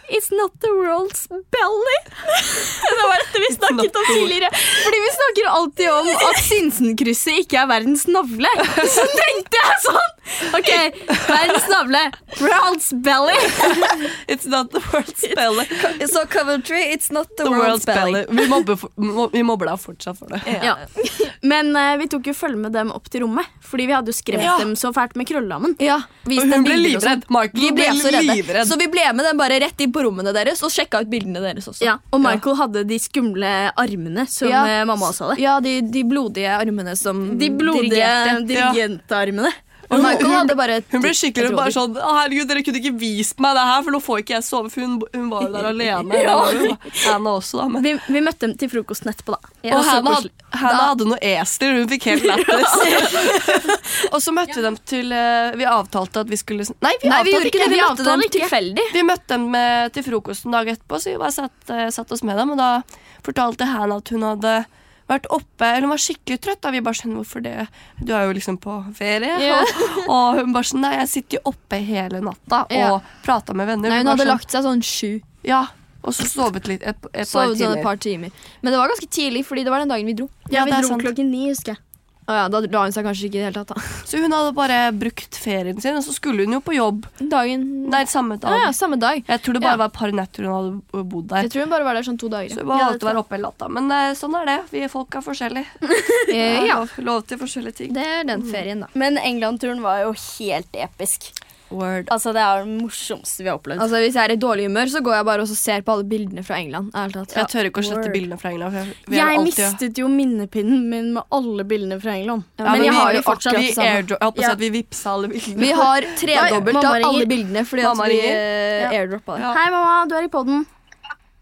Speaker 3: It's not the world's belly. <laughs> det var dette vi snakket om tidligere. Fordi vi snakker alltid om at Sinsenkrysset ikke er verdens navle. Så tenkte jeg sånn OK, verdens navle. World's belly.
Speaker 2: It's not the world's belly.
Speaker 1: Så Coventry, it's not the,
Speaker 2: The
Speaker 1: world's,
Speaker 2: world's
Speaker 1: belly.
Speaker 2: belly. Vi mobber, for, mo- vi mobber deg fortsatt for det.
Speaker 3: Ja. <laughs> Men eh, vi tok jo følge med dem opp til rommet, fordi vi hadde jo skremt
Speaker 2: Ja.
Speaker 3: dem så fælt med krøllelammen.
Speaker 1: Ja, vis
Speaker 2: Og hun
Speaker 1: dem
Speaker 2: ble
Speaker 1: bilder og sånn.
Speaker 2: livredd. Michael
Speaker 1: Vi ble
Speaker 2: ble
Speaker 1: så redde.
Speaker 2: livredd.
Speaker 1: Så vi ble med dem bare rett inn på rommene deres og sjekka ut bildene deres også.
Speaker 3: Ja, og Michael hadde de skumle armene, som
Speaker 1: Ja.
Speaker 3: eh, mamma også hadde.
Speaker 1: Ja, de, de blodige armene som
Speaker 3: De blodige
Speaker 1: dirigerte.
Speaker 3: dirigentarmene.
Speaker 1: Og Michael
Speaker 2: hun-
Speaker 1: hadde bare
Speaker 2: Hun ble
Speaker 1: et-
Speaker 2: skikkelig
Speaker 1: et
Speaker 2: bare
Speaker 1: rådyr.
Speaker 2: sånn Å, herregud, dere kunne ikke vist meg det her, for nå får ikke jeg sove. For hun, hun var jo der alene. Det var jo Hannah også, da. Men.
Speaker 3: Vi, vi møtte dem til frokosten etterpå, da.
Speaker 2: Og
Speaker 3: Og så
Speaker 2: Hannah
Speaker 3: koselig.
Speaker 2: hadde, Hannah hadde noe esler. Hun fikk helt lættis. <laughs> og så møtte vi dem til eh, Vi avtalte at vi skulle sn- Nei, vi
Speaker 1: Nei, vi
Speaker 2: avtalte
Speaker 1: gjorde ikke det. Vi møtte dem
Speaker 3: avtaler ikke.
Speaker 1: tilfeldig.
Speaker 2: Vi møtte dem eh, til frokost en dag etterpå, så vi bare satt, eh, satt oss med dem. Og da fortalte Hannah at hun hadde vært oppe, eller hun var skikkelig trøtt. Da vi bare skjønner hvorfor det. Du er jo liksom på ferie. Og, og hun bare sånn Nei, jeg sitter jo oppe hele natta
Speaker 1: Ja.
Speaker 2: og prata med venner.
Speaker 1: Nei,
Speaker 2: Vi
Speaker 1: hun
Speaker 2: bare
Speaker 1: hadde
Speaker 2: sånn,
Speaker 1: lagt seg sånn sju.
Speaker 2: Ja, og så sovet litt et, et par
Speaker 1: Sovet sånn
Speaker 2: timer.
Speaker 1: et par timer. Men det var ganske tidlig, fordi det var den dagen vi dro.
Speaker 3: Ja,
Speaker 2: Ja,
Speaker 3: vi
Speaker 2: det er
Speaker 3: dro
Speaker 2: sant.
Speaker 3: klokken ni, husker jeg.
Speaker 1: Å ja, da la hun seg kanskje ikke i det hele tatt, da.
Speaker 2: Så hun hadde bare brukt ferien sin, og så skulle hun jo på jobb.
Speaker 1: Dagen
Speaker 2: Nei, samme dag.
Speaker 1: Ja, ja, samme dag.
Speaker 2: Jeg tror det bare
Speaker 1: Ja.
Speaker 2: var et par netter hun hadde bodd der.
Speaker 1: Jeg tror hun bare var der sånn to dager.
Speaker 2: Så
Speaker 1: ja.
Speaker 2: hun bare
Speaker 3: Ja, det
Speaker 2: valgte å være oppe hele natta. Men eh, sånn er det. Vi folk er forskjellige.
Speaker 1: Eh, Ja,
Speaker 2: Lov, lov til forskjellige ting.
Speaker 1: det er den ferien, da.
Speaker 3: Men England-turen var jo helt episk.
Speaker 2: Word.
Speaker 3: Altså, Det er det morsomste vi har opplevd.
Speaker 1: Altså, Hvis jeg er i dårlig humør, så går jeg bare og så ser på alle bildene fra England. ærlig talt.
Speaker 2: Jeg tør ikke å slette
Speaker 3: Word.
Speaker 2: bildene fra England. For jeg, vi er
Speaker 3: jeg
Speaker 2: alltid-
Speaker 3: mistet jo minnepinnen min med alle bildene fra England.
Speaker 1: Ja,
Speaker 2: ja,
Speaker 1: men jeg
Speaker 2: vi-
Speaker 1: har jo
Speaker 2: vi-
Speaker 1: fortsatt
Speaker 2: vi
Speaker 1: det samme.
Speaker 2: airdro- Jeg holdt på å si
Speaker 3: Ja.
Speaker 2: at vi vippsa alle bildene.
Speaker 1: Vi har tredobbelt
Speaker 3: Mamma
Speaker 1: av
Speaker 3: ringer.
Speaker 1: alle bildene fordi at
Speaker 2: Mamma
Speaker 1: vi
Speaker 2: ringer.
Speaker 1: eh, airdroppa det.
Speaker 2: Ja.
Speaker 3: Hei, mamma. Du er i poden.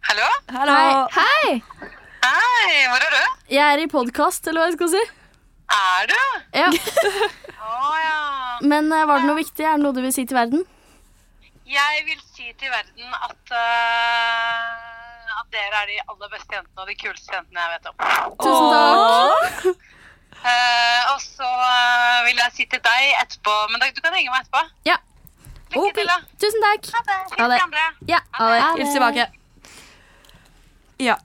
Speaker 8: Hallo?
Speaker 2: Hallo.
Speaker 1: Hei!
Speaker 8: Hei, hvor er du?
Speaker 3: Jeg er i podkast, eller hva jeg skal si.
Speaker 8: Er du?
Speaker 3: Ja.
Speaker 8: Å ja.
Speaker 3: Men eh, var det noe viktig? Er det noe du vil si til verden?
Speaker 8: Jeg vil si til verden at, eh, at dere er de aller beste jentene og de kuleste jentene jeg vet om.
Speaker 3: Tusen
Speaker 8: <laughs>
Speaker 3: takk.
Speaker 8: Eh, og så eh, vil jeg si til deg etterpå, men da- du kan ringe meg etterpå.
Speaker 3: Ja.
Speaker 8: Lykke
Speaker 3: Ok.
Speaker 8: til, da.
Speaker 3: Tusen takk.
Speaker 8: Ha det.
Speaker 3: Ha
Speaker 8: Hils
Speaker 3: det.
Speaker 8: de andre.
Speaker 3: Ja, ha det.
Speaker 2: Hils tilbake. Ja.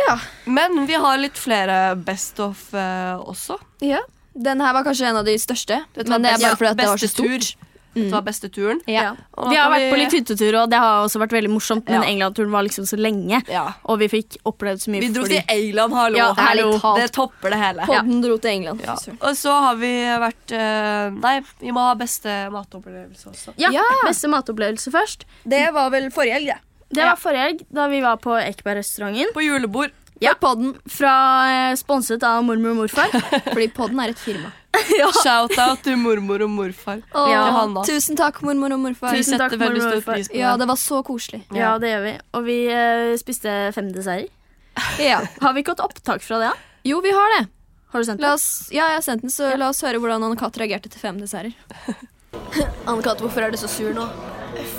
Speaker 1: Ja.
Speaker 2: Men vi har litt flere best of eh, også.
Speaker 1: Ja. Den her var kanskje en av de største,
Speaker 2: Dette var
Speaker 1: men det er
Speaker 2: best-
Speaker 1: bare fordi at det var så
Speaker 2: beste
Speaker 1: stort. Mm.
Speaker 2: Tur. Dette var beste turen.
Speaker 1: Ja.
Speaker 2: Og da
Speaker 3: Vi har
Speaker 2: kan
Speaker 3: vært på litt hyttetur, og det har også vært veldig morsomt, men
Speaker 2: Ja.
Speaker 3: England-turen var liksom så lenge,
Speaker 2: Ja.
Speaker 3: og vi fikk opplevd så mye.
Speaker 2: Vi dro
Speaker 3: fordi-
Speaker 2: til England, hallo.
Speaker 3: Ja, ærlig
Speaker 2: hallo.
Speaker 3: talt.
Speaker 2: Det topper det hele.
Speaker 1: Podden dro til England.
Speaker 2: Ja.
Speaker 1: Fy søren.
Speaker 2: Og så har vi vært eh, Nei, vi må ha beste matopplevelse også.
Speaker 3: ja,
Speaker 1: Ja.
Speaker 3: Beste matopplevelse først.
Speaker 1: Det var vel forrige helg, det.
Speaker 3: Det var forrige helg, da vi var på Ekeberg-restauranten.
Speaker 2: På julebord.
Speaker 3: Ja. Fra eh, Sponset av mormor og morfar.
Speaker 1: Fordi podden er et firma.
Speaker 2: <laughs> Shout-out til mormor og morfar.
Speaker 1: Åh,
Speaker 2: Til Hanna.
Speaker 1: Tusen takk, mormor og morfar.
Speaker 2: Vi
Speaker 3: Tusen takk,
Speaker 2: setter veldig
Speaker 3: mormor og
Speaker 2: stor pris på
Speaker 1: Ja,
Speaker 2: det.
Speaker 1: det var så koselig.
Speaker 3: ja, det gjør vi. Og vi eh, spiste fem desserter.
Speaker 1: Ja.
Speaker 3: Har vi ikke hatt opptak fra det? da?
Speaker 1: Jo, vi har det.
Speaker 3: Har du sendt
Speaker 1: La
Speaker 3: det?
Speaker 1: oss, ja, jeg har sendt den, så la oss høre hvordan Anne-Kat. reagerte til fem <laughs> desserter. Anne-Kat., hvorfor er du så sur nå?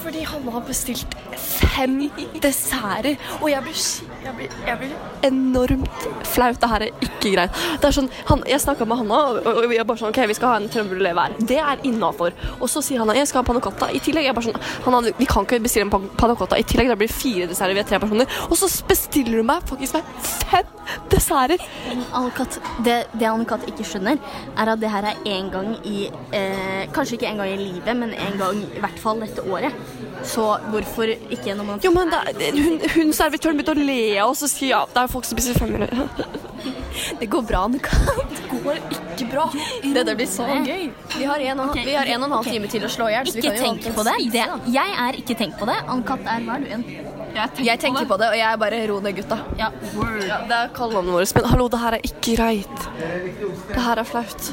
Speaker 9: Fordi han har bestilt fem desserter, og jeg blir, sk- jeg blir, jeg blir enormt flau. Det her er ikke greit. Det er sånn, han, jeg snakka med Hanna, og- og jeg bare sånn OK, vi skal ha en trønderbrulé hver. Det er innafor. Og så sier han jeg skal ha panna cotta i tillegg. Jeg bare sånn, han, hadde- vi kan ikke bestille en pan- panna cotta i tillegg, da blir det fire desserter, vi er tre personer. Og så bestiller hun meg faktisk meg fem desserter!
Speaker 3: Anne-Kat, det, det Anne-Kat ikke skjønner, er at det her er en gang i eh, Kanskje ikke en gang i livet, men en gang i hvert fall dette året. Så hvorfor ikke når man
Speaker 9: Jo, men det, er- hun, hun servitøren begynte å le av oss og si ja, det er folk som spiser fem minutter.
Speaker 1: Det går bra, Anne-Kat.
Speaker 9: Det går ikke bra.
Speaker 1: Dette blir så gøy. Vi har en, og- vi har en og en halv time til å slå i hjel. så vi
Speaker 3: Ikke
Speaker 1: kan jo
Speaker 3: tenk
Speaker 1: alltid
Speaker 3: på det.
Speaker 1: spise,
Speaker 3: det.
Speaker 1: da.
Speaker 3: Jeg er ikke tenk på det. Anne-Kat er Hva er du? En
Speaker 1: Jeg tenker på det, og jeg bare ro ned, gutta.
Speaker 3: ja.
Speaker 9: Det er kallenavnet vårt, men hallo, det her er ikke greit. Det her er flaut.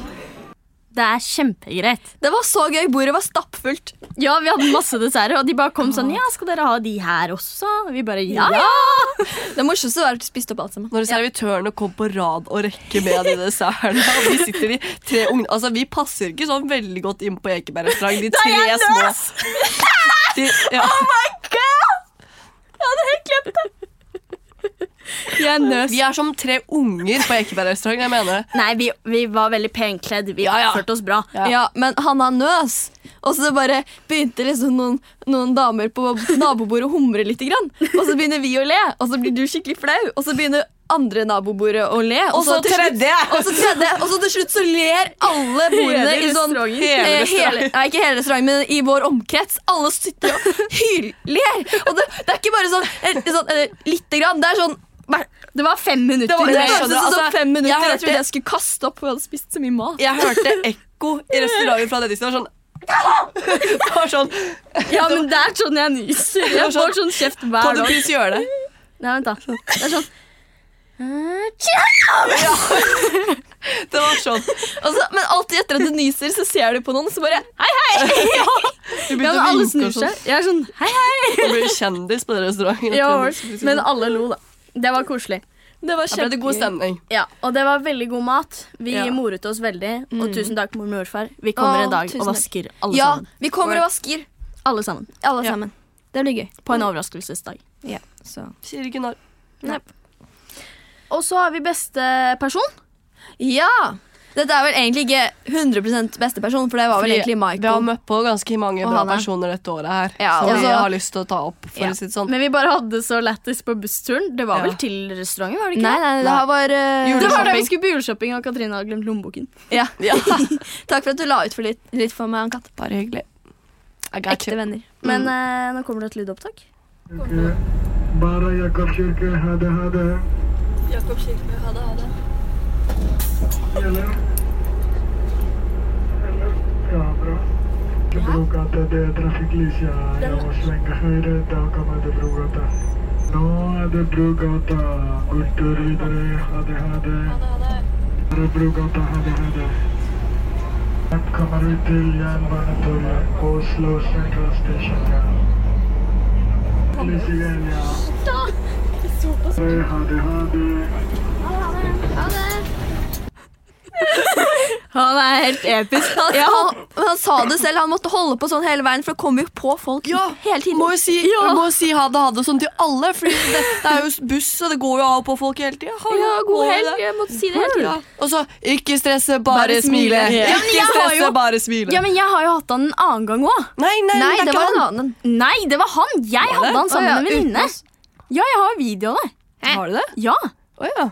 Speaker 3: Det er kjempegreit.
Speaker 1: Det var så gøy. Bordet var stappfullt.
Speaker 3: Ja, vi hadde masse desserter, og de bare kom sånn Ja, skal dere ha de her også? Vi bare ja, ja.
Speaker 1: Det morsomste var at du spiste opp alt sammen.
Speaker 2: Når servitørene kom på rad og rekke med de dessertene og Vi sitter i tre unge Altså, vi passer ikke sånn veldig godt inn på Ekeberg-restaurant. De tre små <laughs> de, ja.
Speaker 3: Vi er nøs.
Speaker 2: Vi er som tre unger på Ekeberg-restaurant. Jeg mener det.
Speaker 3: Nei, vi, vi var veldig penkledd. Vi
Speaker 2: Ja, ja.
Speaker 3: oppførte oss bra.
Speaker 1: Ja. men Hanna nøs. Og så bare begynte liksom noen, noen damer på nabobordet å humre litt. Grann. Og så begynner vi å le, og så blir du skikkelig flau. Og så begynner andre nabobordet og le.
Speaker 2: Og så
Speaker 1: til slutt- Og så tredje, og så til slutt så ler alle bordene i sånn
Speaker 2: Hele
Speaker 1: eh,
Speaker 2: restauranten.
Speaker 1: hele- Nei, ikke hele restauranten, men i vår omkrets. Alle sitter og hyller. Og det, det er ikke bare sånn, eh, sånn eh, lite grann. Det er sånn hver-
Speaker 3: Det var fem minutter.
Speaker 1: Det var
Speaker 2: jeg
Speaker 1: det var
Speaker 2: skjønner,
Speaker 1: sånn
Speaker 2: altså,
Speaker 1: fem minutter.
Speaker 2: jeg
Speaker 1: Jeg,
Speaker 2: hørte-
Speaker 1: trodde jeg skulle kaste opp, for jeg hadde spist så mye mat.
Speaker 2: Jeg hørte ekko i restauranten fra Dennis. Det var sånn <laughs> Det var sånn
Speaker 3: Ja, men det er sånn jeg nyser. Jeg får sånn kjeft
Speaker 2: Kan
Speaker 3: hver
Speaker 2: du
Speaker 3: dag.
Speaker 2: please gjøre det?
Speaker 3: Nei, vent da. Det er sånn
Speaker 2: Det var sånn
Speaker 1: Og så- men alltid etter at du nyser, så ser du på noen, så bare
Speaker 2: Du
Speaker 3: Ja,
Speaker 2: begynte
Speaker 3: men
Speaker 2: å
Speaker 3: alle
Speaker 2: vinke
Speaker 3: snur
Speaker 2: og sånn.
Speaker 3: seg. Jeg er sånn hei, hei.
Speaker 2: Du ble kjendis på den restauranten.
Speaker 3: Ja, men alle lo, da. Det var koselig.
Speaker 1: Det var
Speaker 2: Da ble det god
Speaker 1: kjempegøy.
Speaker 2: stemning.
Speaker 3: Ja, Og det var veldig god mat. Vi
Speaker 2: Ja.
Speaker 3: moret oss veldig. Og tusen takk, mormor og morfar. Vi kommer
Speaker 1: Å,
Speaker 3: en dag
Speaker 1: tusen
Speaker 3: og
Speaker 1: takk.
Speaker 3: vasker alle
Speaker 1: Ja,
Speaker 3: sammen.
Speaker 1: vi kommer og vasker.
Speaker 3: Alle sammen.
Speaker 1: Alle sammen. Det blir gøy.
Speaker 3: På en overraskelsesdag.
Speaker 1: Ja, så.
Speaker 2: Sier Gunnar.
Speaker 3: Og så har vi beste person.
Speaker 1: ja. Dette er vel egentlig ikke 100 beste person, for det var vel
Speaker 2: Fordi
Speaker 1: egentlig
Speaker 2: Vi har
Speaker 1: Michael.
Speaker 2: møtt på ganske mange
Speaker 1: Og
Speaker 2: bra
Speaker 1: Hanne.
Speaker 2: personer dette året her,
Speaker 1: Ja,
Speaker 2: som vi
Speaker 1: altså-
Speaker 2: har lyst til å ta opp. for
Speaker 1: Ja.
Speaker 2: å si det sånn.
Speaker 3: Men vi bare hadde så lættis på bussturen. Det var
Speaker 2: Ja.
Speaker 3: vel til restauranten? var det ikke?
Speaker 1: Nei, nei, det
Speaker 2: Nei.
Speaker 1: her var eh,
Speaker 2: Jule-
Speaker 3: Det var da vi
Speaker 2: Juleshopping.
Speaker 3: skulle på juleshopping, og Katrine hadde glemt lommeboken.
Speaker 1: Ja.
Speaker 2: Ja.
Speaker 1: Takk for at du la ut for litt, litt for meg, Ann-Kat.
Speaker 2: Bare hyggelig. I got
Speaker 1: Ekte
Speaker 2: you.
Speaker 1: venner.
Speaker 3: Men eh, nå kommer det et lydopptak.
Speaker 10: Bara Jakob Kyrkö, hade hade.
Speaker 9: Jakob Kirkeby, ha det, ha det.
Speaker 10: Eller? Eller? Ja, bra. Det beror på att det är trafikljus. Jag, jag måste svänga höger, då kommer det Brogatan. Nå, det är Brogatan. Kulturvidare, hade hade. Det är Brogatan, hade hade. Jag kommer ut till Järnbanetorget, Oslo Central Station. ja. Lys igen, ja. Hade hade.
Speaker 3: Han er helt episk.
Speaker 1: Han, han, men han sa det selv, han måtte holde på sånn hele veien, for det kom jo på folk
Speaker 2: Ja,
Speaker 1: hele tiden.
Speaker 2: Må jo si, må jo si ha det, ha det sånn til alle, for det, det er jo buss, og det går jo av og på folk hele tida.
Speaker 1: Ja, god helg. Jeg måtte si det hele tiden.
Speaker 2: Og så ikke stresse, bare,
Speaker 3: Bare
Speaker 2: smile.
Speaker 3: smile. Ja, men jeg
Speaker 2: Ikke
Speaker 3: har
Speaker 2: stresse,
Speaker 3: jo-
Speaker 2: bare smile.
Speaker 3: Ja, men jeg har jo hatt han en annen gang òg.
Speaker 2: Nei, nei,
Speaker 1: Nei,
Speaker 2: det er
Speaker 1: det
Speaker 2: ikke
Speaker 1: var en
Speaker 2: han.
Speaker 1: annen.
Speaker 3: Nei, det var han! Jeg hadde han sammen
Speaker 2: Å, ja,
Speaker 3: med en venninne.
Speaker 2: uten oss.
Speaker 3: Ja, jeg har video av det.
Speaker 2: Har du det?
Speaker 3: Ja.
Speaker 2: Å ja.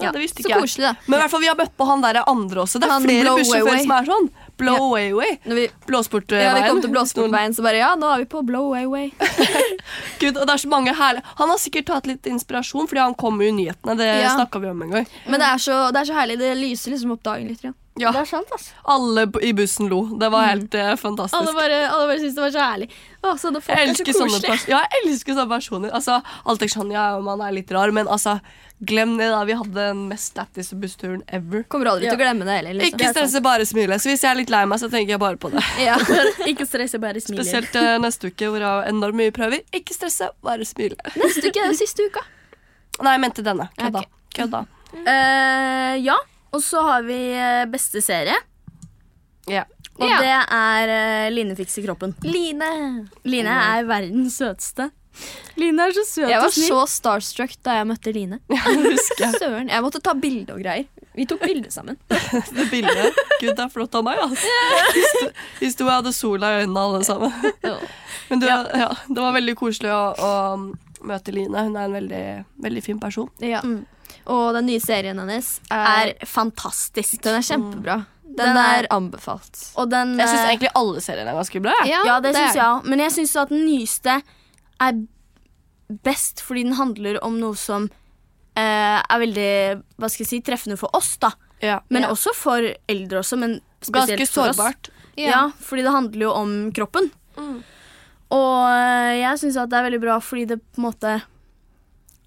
Speaker 2: ja. Det visste
Speaker 1: Så
Speaker 2: ikke jeg.
Speaker 1: koselig, da.
Speaker 2: Men i hvert fall, vi har møtt på han der andre også. Det er
Speaker 1: Han
Speaker 2: flere
Speaker 1: blow
Speaker 2: bussjåfører
Speaker 1: away.
Speaker 2: som er sånn. Blow away way.
Speaker 1: Når vi,
Speaker 2: Blåsportveien.
Speaker 1: ja, vi kom til Blåsportveien, så bare ja, nå er vi på blow away
Speaker 2: <laughs>
Speaker 1: way.
Speaker 2: Gud, og det er så mange herlige Han har sikkert tatt litt inspirasjon, fordi han kom jo i nyhetene. Det
Speaker 1: Ja.
Speaker 2: snakket vi om en gang.
Speaker 1: Men det er så, det er så herlig. Det lyser liksom opp dagen litt. Ja. Mm.
Speaker 2: Ja. Alle b- i bussen lo. Det var helt eh, fantastisk.
Speaker 1: Alle bare, alle bare syns det var så herlig. Å, så det
Speaker 2: Jeg
Speaker 1: er så
Speaker 2: elsker, sånne
Speaker 1: koselig.
Speaker 2: pers ja, jeg elsker sånne personer. Altså, alt jeg skjønner, ja, man er litt rar, men altså, glem det. da Vi hadde den mest lættis bussturen ever.
Speaker 1: Kommer aldri til å glemme det heller. Liksom.
Speaker 2: Ikke stresse, bare smile. Så hvis jeg er litt lei meg, så tenker jeg bare på det.
Speaker 1: Ja. <laughs>
Speaker 3: Ikke stress, jeg bare smiler.
Speaker 2: Spesielt eh, neste uke, hvor jeg har enormt mye prøver. Ikke stresse, bare smile.
Speaker 1: Neste uke er jo siste uka.
Speaker 2: Nei, jeg mente denne. Kødda. Kødda.
Speaker 3: Eh, ja, og så har vi eh, beste serie.
Speaker 2: Ja.
Speaker 3: Og det er eh, Line fikser kroppen.
Speaker 1: Line.
Speaker 3: Line er verdens søteste. Line er så søt
Speaker 1: Jeg
Speaker 3: og
Speaker 1: var
Speaker 3: snill.
Speaker 1: så starstruck da jeg møtte Line.
Speaker 2: Ja, jeg husker jeg.
Speaker 1: <laughs> Søren. Jeg måtte ta bilde og greier. Vi tok bilde sammen.
Speaker 2: det bildet. Gud, det er flott av meg, altså. Hvis du- Hvis du hadde sola i øynene, alle sammen. Men du, ja. det var veldig koselig å, å møte Line. Hun er en veldig, veldig fin person.
Speaker 1: Ja. Mm. Og den nye serien hennes er,
Speaker 3: Er fantastisk.
Speaker 1: Den er kjempebra. Den,
Speaker 3: Den er-
Speaker 1: er, anbefalt.
Speaker 3: Og den
Speaker 2: Jeg syns
Speaker 3: eh,
Speaker 2: egentlig alle seriene er ganske bra. jeg.
Speaker 3: Ja, det, synes
Speaker 1: er-
Speaker 3: syns jeg òg. Men jeg syns at den nyeste er best fordi den handler om noe som eh, er veldig hva skal jeg si, treffende for oss, da.
Speaker 2: Ja.
Speaker 3: Men også for eldre også, men spesielt
Speaker 2: ganske
Speaker 3: for oss.
Speaker 2: sårbart.
Speaker 3: Ja. fordi det handler jo om kroppen. Og eh, jeg syns at det er veldig bra fordi det på en måte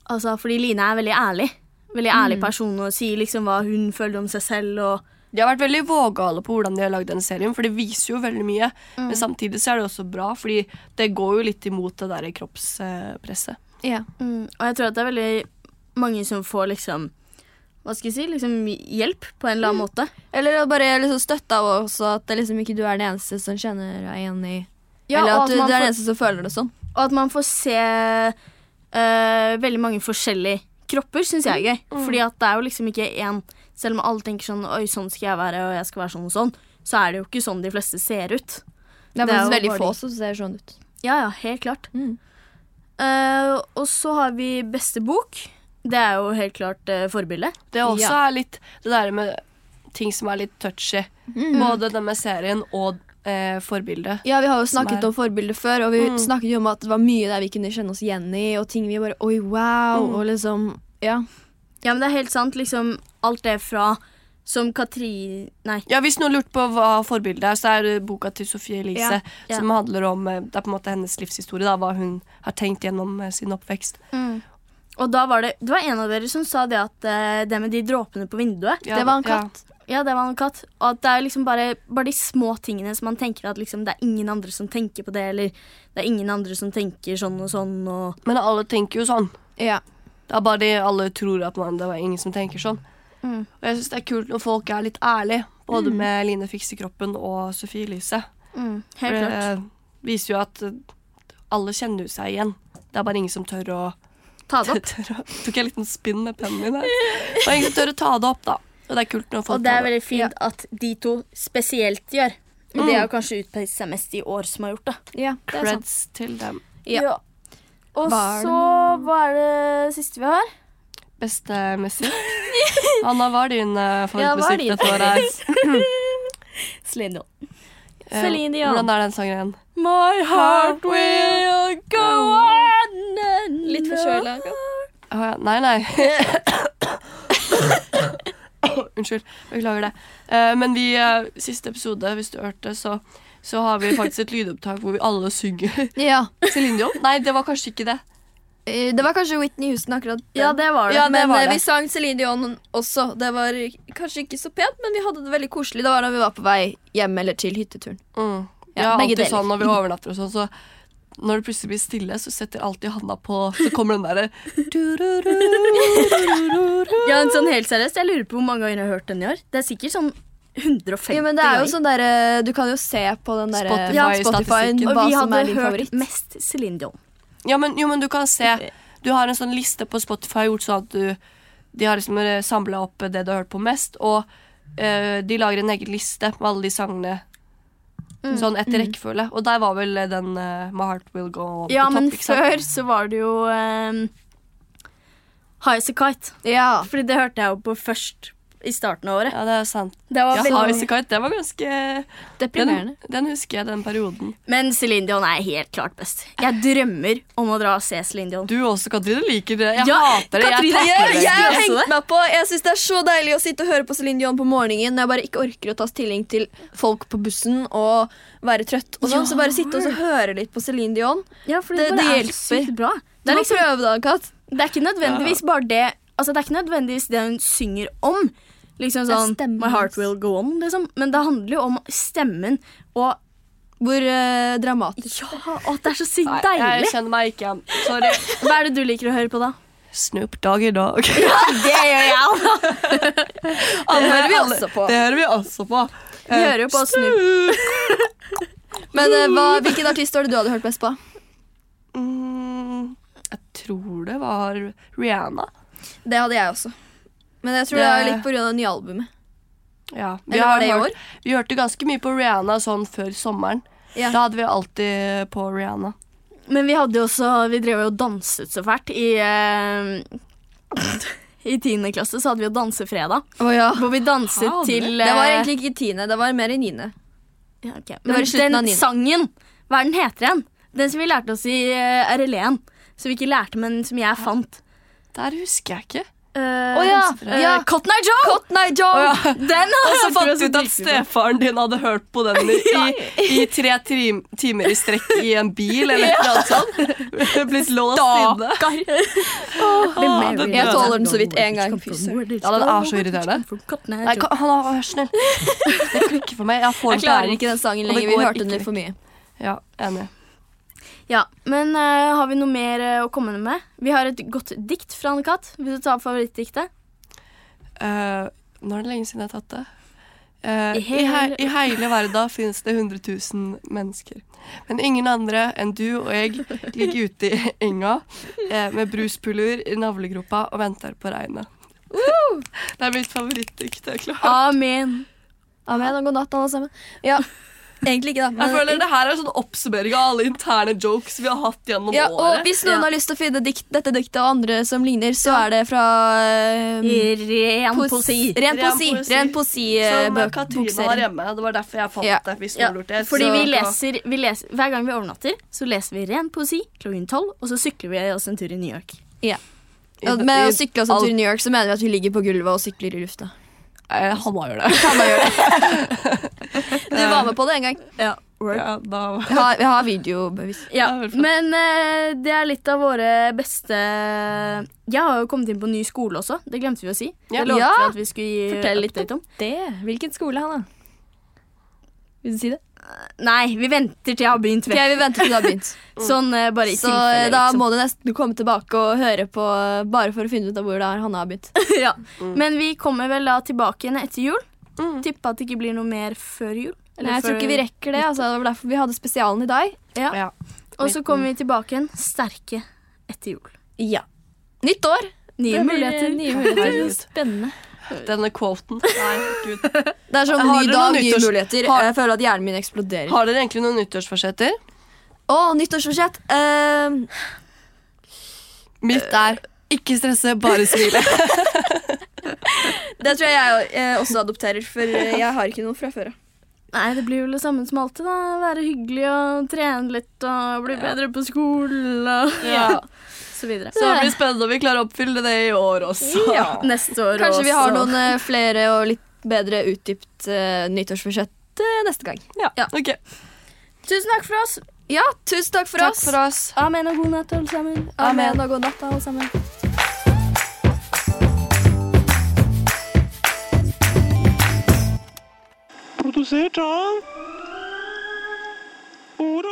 Speaker 3: Altså fordi Line er veldig ærlig. Veldig ærlig person og sier liksom hva hun føler om seg selv og
Speaker 2: De har vært veldig vågale på hvordan de har lagd denne serien, for det viser jo veldig mye.
Speaker 3: Mm.
Speaker 2: Men samtidig så er det også bra, fordi det går jo litt imot det der kroppspresset.
Speaker 1: Ja.
Speaker 3: Mm, Og jeg tror at det er veldig mange som får liksom Hva skal jeg si? Liksom hjelp på en eller annen måte.
Speaker 1: Eller å bare liksom støtte av også at det liksom ikke du er den eneste som kjenner deg igjen i
Speaker 3: Ja,
Speaker 1: Eller at,
Speaker 3: og at
Speaker 1: du, du
Speaker 3: man
Speaker 1: er den
Speaker 3: får-
Speaker 1: eneste som føler det sånn.
Speaker 3: Og at man får se eh, veldig mange forskjellige kropper, syns jeg er gøy. Fordi at det er jo liksom ikke én Selv om alle tenker sånn Oi, sånn skal jeg være, og jeg skal være sånn og sånn, så er det jo ikke sånn de fleste ser ut.
Speaker 1: Det er
Speaker 3: Det er
Speaker 1: faktisk
Speaker 3: jo
Speaker 1: veldig
Speaker 3: bare
Speaker 1: få
Speaker 3: de-
Speaker 1: som ser sånn ut.
Speaker 3: Ja, ja, helt klart.
Speaker 1: Mm.
Speaker 3: Eh, og så har vi beste bok. Det er jo helt klart eh, forbildet.
Speaker 2: Det også
Speaker 3: Ja.
Speaker 2: er litt det der med ting som er litt touchy.
Speaker 1: Mm.
Speaker 2: Både den med serien og eh, forbildet.
Speaker 1: Ja, Vi har jo
Speaker 2: Som
Speaker 1: snakket
Speaker 2: er-
Speaker 1: om forbilder før, og vi
Speaker 2: Mm.
Speaker 1: snakket jo om at det var mye der vi kunne kjenne oss igjen i, og ting vi bare Oi, wow!
Speaker 3: Mm.
Speaker 1: Og liksom Ja.
Speaker 3: Ja, men det er helt sant. Liksom alt det fra som Katrin Nei.
Speaker 2: Ja, Hvis noen lurte på hva forbildet er, så er det boka til Sophie Elise.
Speaker 3: Ja. Ja.
Speaker 2: Som handler om eh, det er på en måte hennes livshistorie. Da, hva hun har tenkt gjennom eh, sin oppvekst.
Speaker 3: Og da var det Det var en av dere som sa det at eh, det med de dråpene på vinduet
Speaker 2: Ja, Det var en katt.
Speaker 3: Ja. Ja, det var en katt. Og at det er liksom bare, bare de små tingene som man tenker at liksom, det er ingen andre som tenker på det, eller det er ingen andre som tenker sånn og sånn og
Speaker 2: Men alle tenker jo sånn.
Speaker 1: Ja.
Speaker 2: Det er bare de alle tror at man, det var ingen som tenker sånn. Og jeg syns det er kult når folk er litt ærlige, både med Line Fikse Kroppen og Sophie Elise.
Speaker 3: Mm, helt
Speaker 2: For det
Speaker 3: klart.
Speaker 2: viser jo at eh, alle kjenner jo seg igjen. Det er bare ingen som tør å
Speaker 3: Eh, Ta det opp.
Speaker 2: <laughs> tør å- Tok jeg en liten spinn med pennen min her? Det er ingen som tør å ta det opp, da. Og det er kult når folk
Speaker 3: <laughs> Og det er
Speaker 2: tar
Speaker 3: veldig fint at de to spesielt gjør. Og det
Speaker 2: Mm.
Speaker 3: er jo kanskje utpekt seg mest i år som har gjort det.
Speaker 1: Ja,
Speaker 3: det er sant.
Speaker 2: Creds til dem.
Speaker 3: Ja.
Speaker 11: Og
Speaker 2: Hva er det
Speaker 11: så, hva er det siste vi har?
Speaker 2: Bestemessig.
Speaker 3: <laughs>
Speaker 2: Anna, hva er din
Speaker 11: hva er
Speaker 2: eh, favorittmusikk
Speaker 11: din
Speaker 2: dette året?
Speaker 3: <laughs>
Speaker 2: her?
Speaker 3: Celine Dion.
Speaker 2: Eh,
Speaker 11: Celine Dion.
Speaker 2: Hvordan er den sangen igjen?
Speaker 11: My heart will go on
Speaker 3: Litt forkjøla.
Speaker 2: Å ja.
Speaker 1: <coughs>
Speaker 2: Nei, nei. Unnskyld. Beklager det. Eh, men vi, eh, siste episode, hvis du hørte, så, så har vi faktisk et lydopptak hvor vi alle synger.
Speaker 1: Ja.
Speaker 2: Celine Dion? Nei, det var kanskje ikke det.
Speaker 1: Eh, Det var kanskje Whitney Houston akkurat. den.
Speaker 2: Ja, det var det.
Speaker 1: Ja,
Speaker 2: Det
Speaker 1: men
Speaker 2: var
Speaker 1: eh,
Speaker 2: det.
Speaker 1: vi sang Celine Dion også. Det var kanskje ikke så pent, men vi hadde det veldig koselig. Det var da vi var på vei hjem eller til hytteturen.
Speaker 2: Mm.
Speaker 1: Ja,
Speaker 2: Ja, ja
Speaker 1: begge
Speaker 2: alltid
Speaker 1: deler.
Speaker 2: sånn når vi overnatter og sånn, så når det plutselig blir stille, så setter alltid Hanna på Så kommer den derre
Speaker 3: Ja, men sånn helt seriøst, jeg lurer på hvor mange ganger jeg har hørt den i år. Det er sikkert sånn 150
Speaker 1: Ja, men det er jo sånn der, eh, Du kan jo se på den der eh,
Speaker 2: Ja,
Speaker 1: Spotify-en
Speaker 2: Spotify-statistikken.
Speaker 1: hva
Speaker 2: Og vi
Speaker 1: som
Speaker 2: hadde
Speaker 1: er din
Speaker 2: hørt
Speaker 1: favoritt.
Speaker 3: mest Celine Dion.
Speaker 2: Ja, men, jo, men du kan
Speaker 3: Eh.
Speaker 2: se. Du har en sånn liste på Spotify gjort sånn at du De har liksom samla opp det du har hørt på mest, og eh, de lager en egen liste med alle de sangene
Speaker 3: Mm.
Speaker 2: sånn etter
Speaker 3: Mm.
Speaker 2: rekkefølge. Og der var vel eh, den eh, My Heart Will Go On
Speaker 3: Ja,
Speaker 2: på
Speaker 3: men
Speaker 2: topp. ikke sant?
Speaker 3: før så var det jo um, High As A Kite.
Speaker 1: Ja.
Speaker 3: Fordi det hørte jeg jo på først i starten av året.
Speaker 2: Ja, det er sant.
Speaker 3: Det var
Speaker 2: ja,
Speaker 3: veldig-
Speaker 2: Ice Kite, det var ganske
Speaker 3: Deprimerende.
Speaker 2: Den, den husker jeg, den perioden.
Speaker 3: Men Celine Dion er helt klart best. Jeg drømmer om å dra og se Celine Dion.
Speaker 2: Du også, Katrine, liker det. Jeg
Speaker 3: Ja,
Speaker 2: hater det.
Speaker 3: Katrine,
Speaker 2: jeg
Speaker 1: Jeg,
Speaker 2: takler det.
Speaker 1: jeg har hengt meg på Jeg syns det er så deilig å sitte og høre på Celine Dion på morgenen når jeg bare ikke orker å ta stilling til folk på bussen og være trøtt. Og sånn,
Speaker 3: Ja.
Speaker 1: Så bare sitte og så høre litt på Celine Dion.
Speaker 3: Ja, fordi
Speaker 1: det
Speaker 3: det, bare er
Speaker 1: hjelper.
Speaker 3: så sykt bra.
Speaker 1: Du må prøve da, Kat.
Speaker 3: Det er ikke nødvendigvis bare det Altså, det er ikke nødvendigvis det hun synger om. Liksom
Speaker 1: Det er
Speaker 3: sånn
Speaker 1: stemmen
Speaker 3: My heart will go on, liksom. Men det handler jo om stemmen og
Speaker 1: Hvor eh, dramatisk.
Speaker 3: Ja, og at det er så sykt
Speaker 2: Nei,
Speaker 3: deilig.
Speaker 2: Jeg kjenner meg ikke igjen.
Speaker 3: <laughs>
Speaker 2: Sorry.
Speaker 3: Hva er det du liker å høre på, da?
Speaker 2: Snoop Dogg i dag.
Speaker 3: det gjør jeg også.
Speaker 2: Alle-
Speaker 1: hører vi
Speaker 2: <laughs> alle-
Speaker 1: også på.
Speaker 2: Det hører vi også på.
Speaker 1: Vi
Speaker 2: Eh,
Speaker 1: hører jo på Snoop. <laughs> Men eh, hva, hvilken artist var det du hadde hørt best på?
Speaker 2: Mm, jeg tror det var Rihanna.
Speaker 1: Det hadde jeg også. Men jeg tror det,
Speaker 2: Det-
Speaker 1: er litt pga. det nye albumet.
Speaker 2: Ja, vi
Speaker 1: Eller
Speaker 2: har
Speaker 1: var det i
Speaker 2: hørt-
Speaker 1: år?
Speaker 2: Vi hørte ganske mye på Rihanna sånn før sommeren.
Speaker 1: Ja.
Speaker 2: Da hadde vi alltid på Rihanna.
Speaker 3: Men vi hadde jo også Vi drev jo og danset så fælt i eh, I tiende klasse så hadde vi jo dansefredag. Hvor vi danset
Speaker 1: Hadde vi?
Speaker 3: til
Speaker 1: Det var
Speaker 3: eh,
Speaker 1: egentlig ikke i tiende, det var mer i niende.
Speaker 3: ja, ok.
Speaker 1: var i
Speaker 3: Men
Speaker 1: slutten
Speaker 3: den
Speaker 1: av niende.
Speaker 3: sangen, hva er den heter igjen? Den som vi lærte oss i eh, RLE-en. Som vi ikke lærte, men som jeg fant.
Speaker 2: Der husker jeg <laughs> ikke.
Speaker 3: Å
Speaker 1: Å ja, ja.
Speaker 3: Cotton Eye Joe!
Speaker 1: Cotton Eye Joe!
Speaker 3: <laughs> Den
Speaker 2: Og så
Speaker 3: hørte
Speaker 2: fant
Speaker 3: vi
Speaker 2: du
Speaker 3: også
Speaker 2: ut at
Speaker 3: dritmye på.
Speaker 2: stefaren din hadde hørt på den <laughs> i, i, i tre trim- timer i strekk i en bil eller noe sånt. <laughs> Blitt låst inne. Ah, den
Speaker 1: Jeg
Speaker 2: døde.
Speaker 1: tåler den så vidt én gang. Fy søren.
Speaker 2: Ja, den er så irriterende.
Speaker 3: <laughs>
Speaker 2: Nei, ka- han er vær snill. Det klikker for meg. Jeg, får
Speaker 1: Jeg
Speaker 2: den på
Speaker 1: klarer
Speaker 2: hjernen.
Speaker 1: ikke den sangen
Speaker 2: Og det
Speaker 1: lenger. Vi
Speaker 2: går
Speaker 1: hørte den
Speaker 2: ikke
Speaker 1: litt for mye.
Speaker 2: Ja, enig.
Speaker 3: Ja, men eh, har vi noe mer eh, å komme med? Vi har et godt dikt fra Anne-Kat. Vil du ta opp favorittdiktet?
Speaker 2: Eh, nå er det lenge siden jeg har tatt det. Eh,
Speaker 3: I
Speaker 2: I,
Speaker 3: hele-
Speaker 2: hei- I hele verden finnes det 100 000 mennesker. Men ingen andre enn du og jeg ligger ute i enga eh, med bruspuller i navlegropa og venter på regnet. Det er mitt favorittdikt. det er klart.
Speaker 3: Amen.
Speaker 1: Amen og god natt, alle sammen. Ja. Egentlig ikke, da. men-
Speaker 2: Jeg føler det her er sånn oppsummering av alle interne jokes vi har hatt gjennom
Speaker 1: ja,
Speaker 2: året.
Speaker 1: og hvis noen har lyst til å finne dikt, dette diktet og andre som ligner, så er det fra um,
Speaker 3: Ren
Speaker 1: pos-
Speaker 3: poesi.
Speaker 1: Ren poesi.
Speaker 2: Ren poesi.
Speaker 1: Ren poesi eh,
Speaker 2: Som
Speaker 1: bøk-
Speaker 2: Katrine
Speaker 1: bokserien.
Speaker 2: har hjemme. Det var derfor jeg fant
Speaker 1: Ja.
Speaker 2: det. Vi
Speaker 3: Ja,
Speaker 2: skulle gjort det.
Speaker 3: fordi
Speaker 2: så-
Speaker 3: vi leser, vi leser Hver gang vi overnatter, så leser vi ren poesi klokken tolv, og så sykler vi oss en tur i New York.
Speaker 1: Ja. Ja, Med å sykle oss en tur i New York, så mener vi at vi ligger på gulvet og sykler i lufta.
Speaker 2: Eh, Hanna gjør det.
Speaker 1: <laughs> Du var med på det en gang.
Speaker 3: Ja, word.
Speaker 2: Ja, da...
Speaker 1: Vi har, vi har videobevis.
Speaker 3: Ja, men eh, det er litt av våre beste Jeg har jo kommet inn på ny skole også. Det glemte vi å si.
Speaker 1: Ja.
Speaker 3: Det lovte
Speaker 1: Ja.
Speaker 3: vi at vi skulle gi
Speaker 1: Fortell litt
Speaker 3: update om.
Speaker 1: Det. Hvilken skole, Hanna? Vil du si det?
Speaker 3: Nei, vi venter til jeg har begynt. vet
Speaker 1: Ok, vi
Speaker 3: du.
Speaker 1: venter til du har begynt.
Speaker 3: sånn eh, bare i
Speaker 1: Mm. Så
Speaker 3: tilfelle.
Speaker 1: da
Speaker 3: liksom.
Speaker 1: må du nesten komme tilbake og høre på, bare for å finne ut av hvor det er Hanna har begynt.
Speaker 3: <laughs>
Speaker 1: <laughs>
Speaker 3: ja.
Speaker 1: Mm.
Speaker 3: Men vi kommer vel da tilbake igjen etter jul. Tipper at det ikke blir noe mer før jul. eller
Speaker 1: Nei, jeg tror
Speaker 3: før-
Speaker 1: ikke vi rekker det. Altså, det var derfor vi hadde spesialen i dag.
Speaker 3: Ja. Og så kommer vi tilbake igjen sterke etter jul.
Speaker 1: Ja. Nytt år.
Speaker 3: Nye
Speaker 1: Det blir,
Speaker 3: muligheter.
Speaker 1: eh, nye muligheter.
Speaker 2: Herregud.
Speaker 3: <laughs>
Speaker 1: Spennende.
Speaker 2: Denne quoten. Nei, gud.
Speaker 1: Det er sånn
Speaker 2: Har
Speaker 1: ny dag,
Speaker 2: dere noen
Speaker 1: nye
Speaker 2: nyttårs-
Speaker 1: muligheter.
Speaker 2: Har-
Speaker 1: Jeg føler at hjernen min eksploderer.
Speaker 2: Har dere egentlig noen nyttårsforsetter?
Speaker 1: Å, nyttårsforsett. Ehm,
Speaker 2: Mitt er ikke stresse, bare smile.
Speaker 1: det tror jeg jeg eh, også adopterer, for eh, jeg har ikke noe fra før av.
Speaker 3: Nei, det blir vel det samme som alltid, da. Være hyggelig og trene litt og bli bedre på skolen og <laughs>
Speaker 2: Ja.
Speaker 3: så videre.
Speaker 2: Så det blir spennende om vi klarer å oppfylle det i år også.
Speaker 3: Ja. Neste år
Speaker 1: Kanskje vi
Speaker 3: også.
Speaker 1: har noen eh, flere og litt bedre utdypt eh, nyttårsforsett eh, neste gang.
Speaker 3: Ja.
Speaker 2: Ok.
Speaker 3: Tusen takk for oss.
Speaker 1: Ja, tusen takk for
Speaker 2: Takk
Speaker 1: oss.
Speaker 2: for oss.
Speaker 3: Amen og god natt, alle sammen.
Speaker 1: Amen og god natt, alle sammen.
Speaker 10: Produsert av Ora.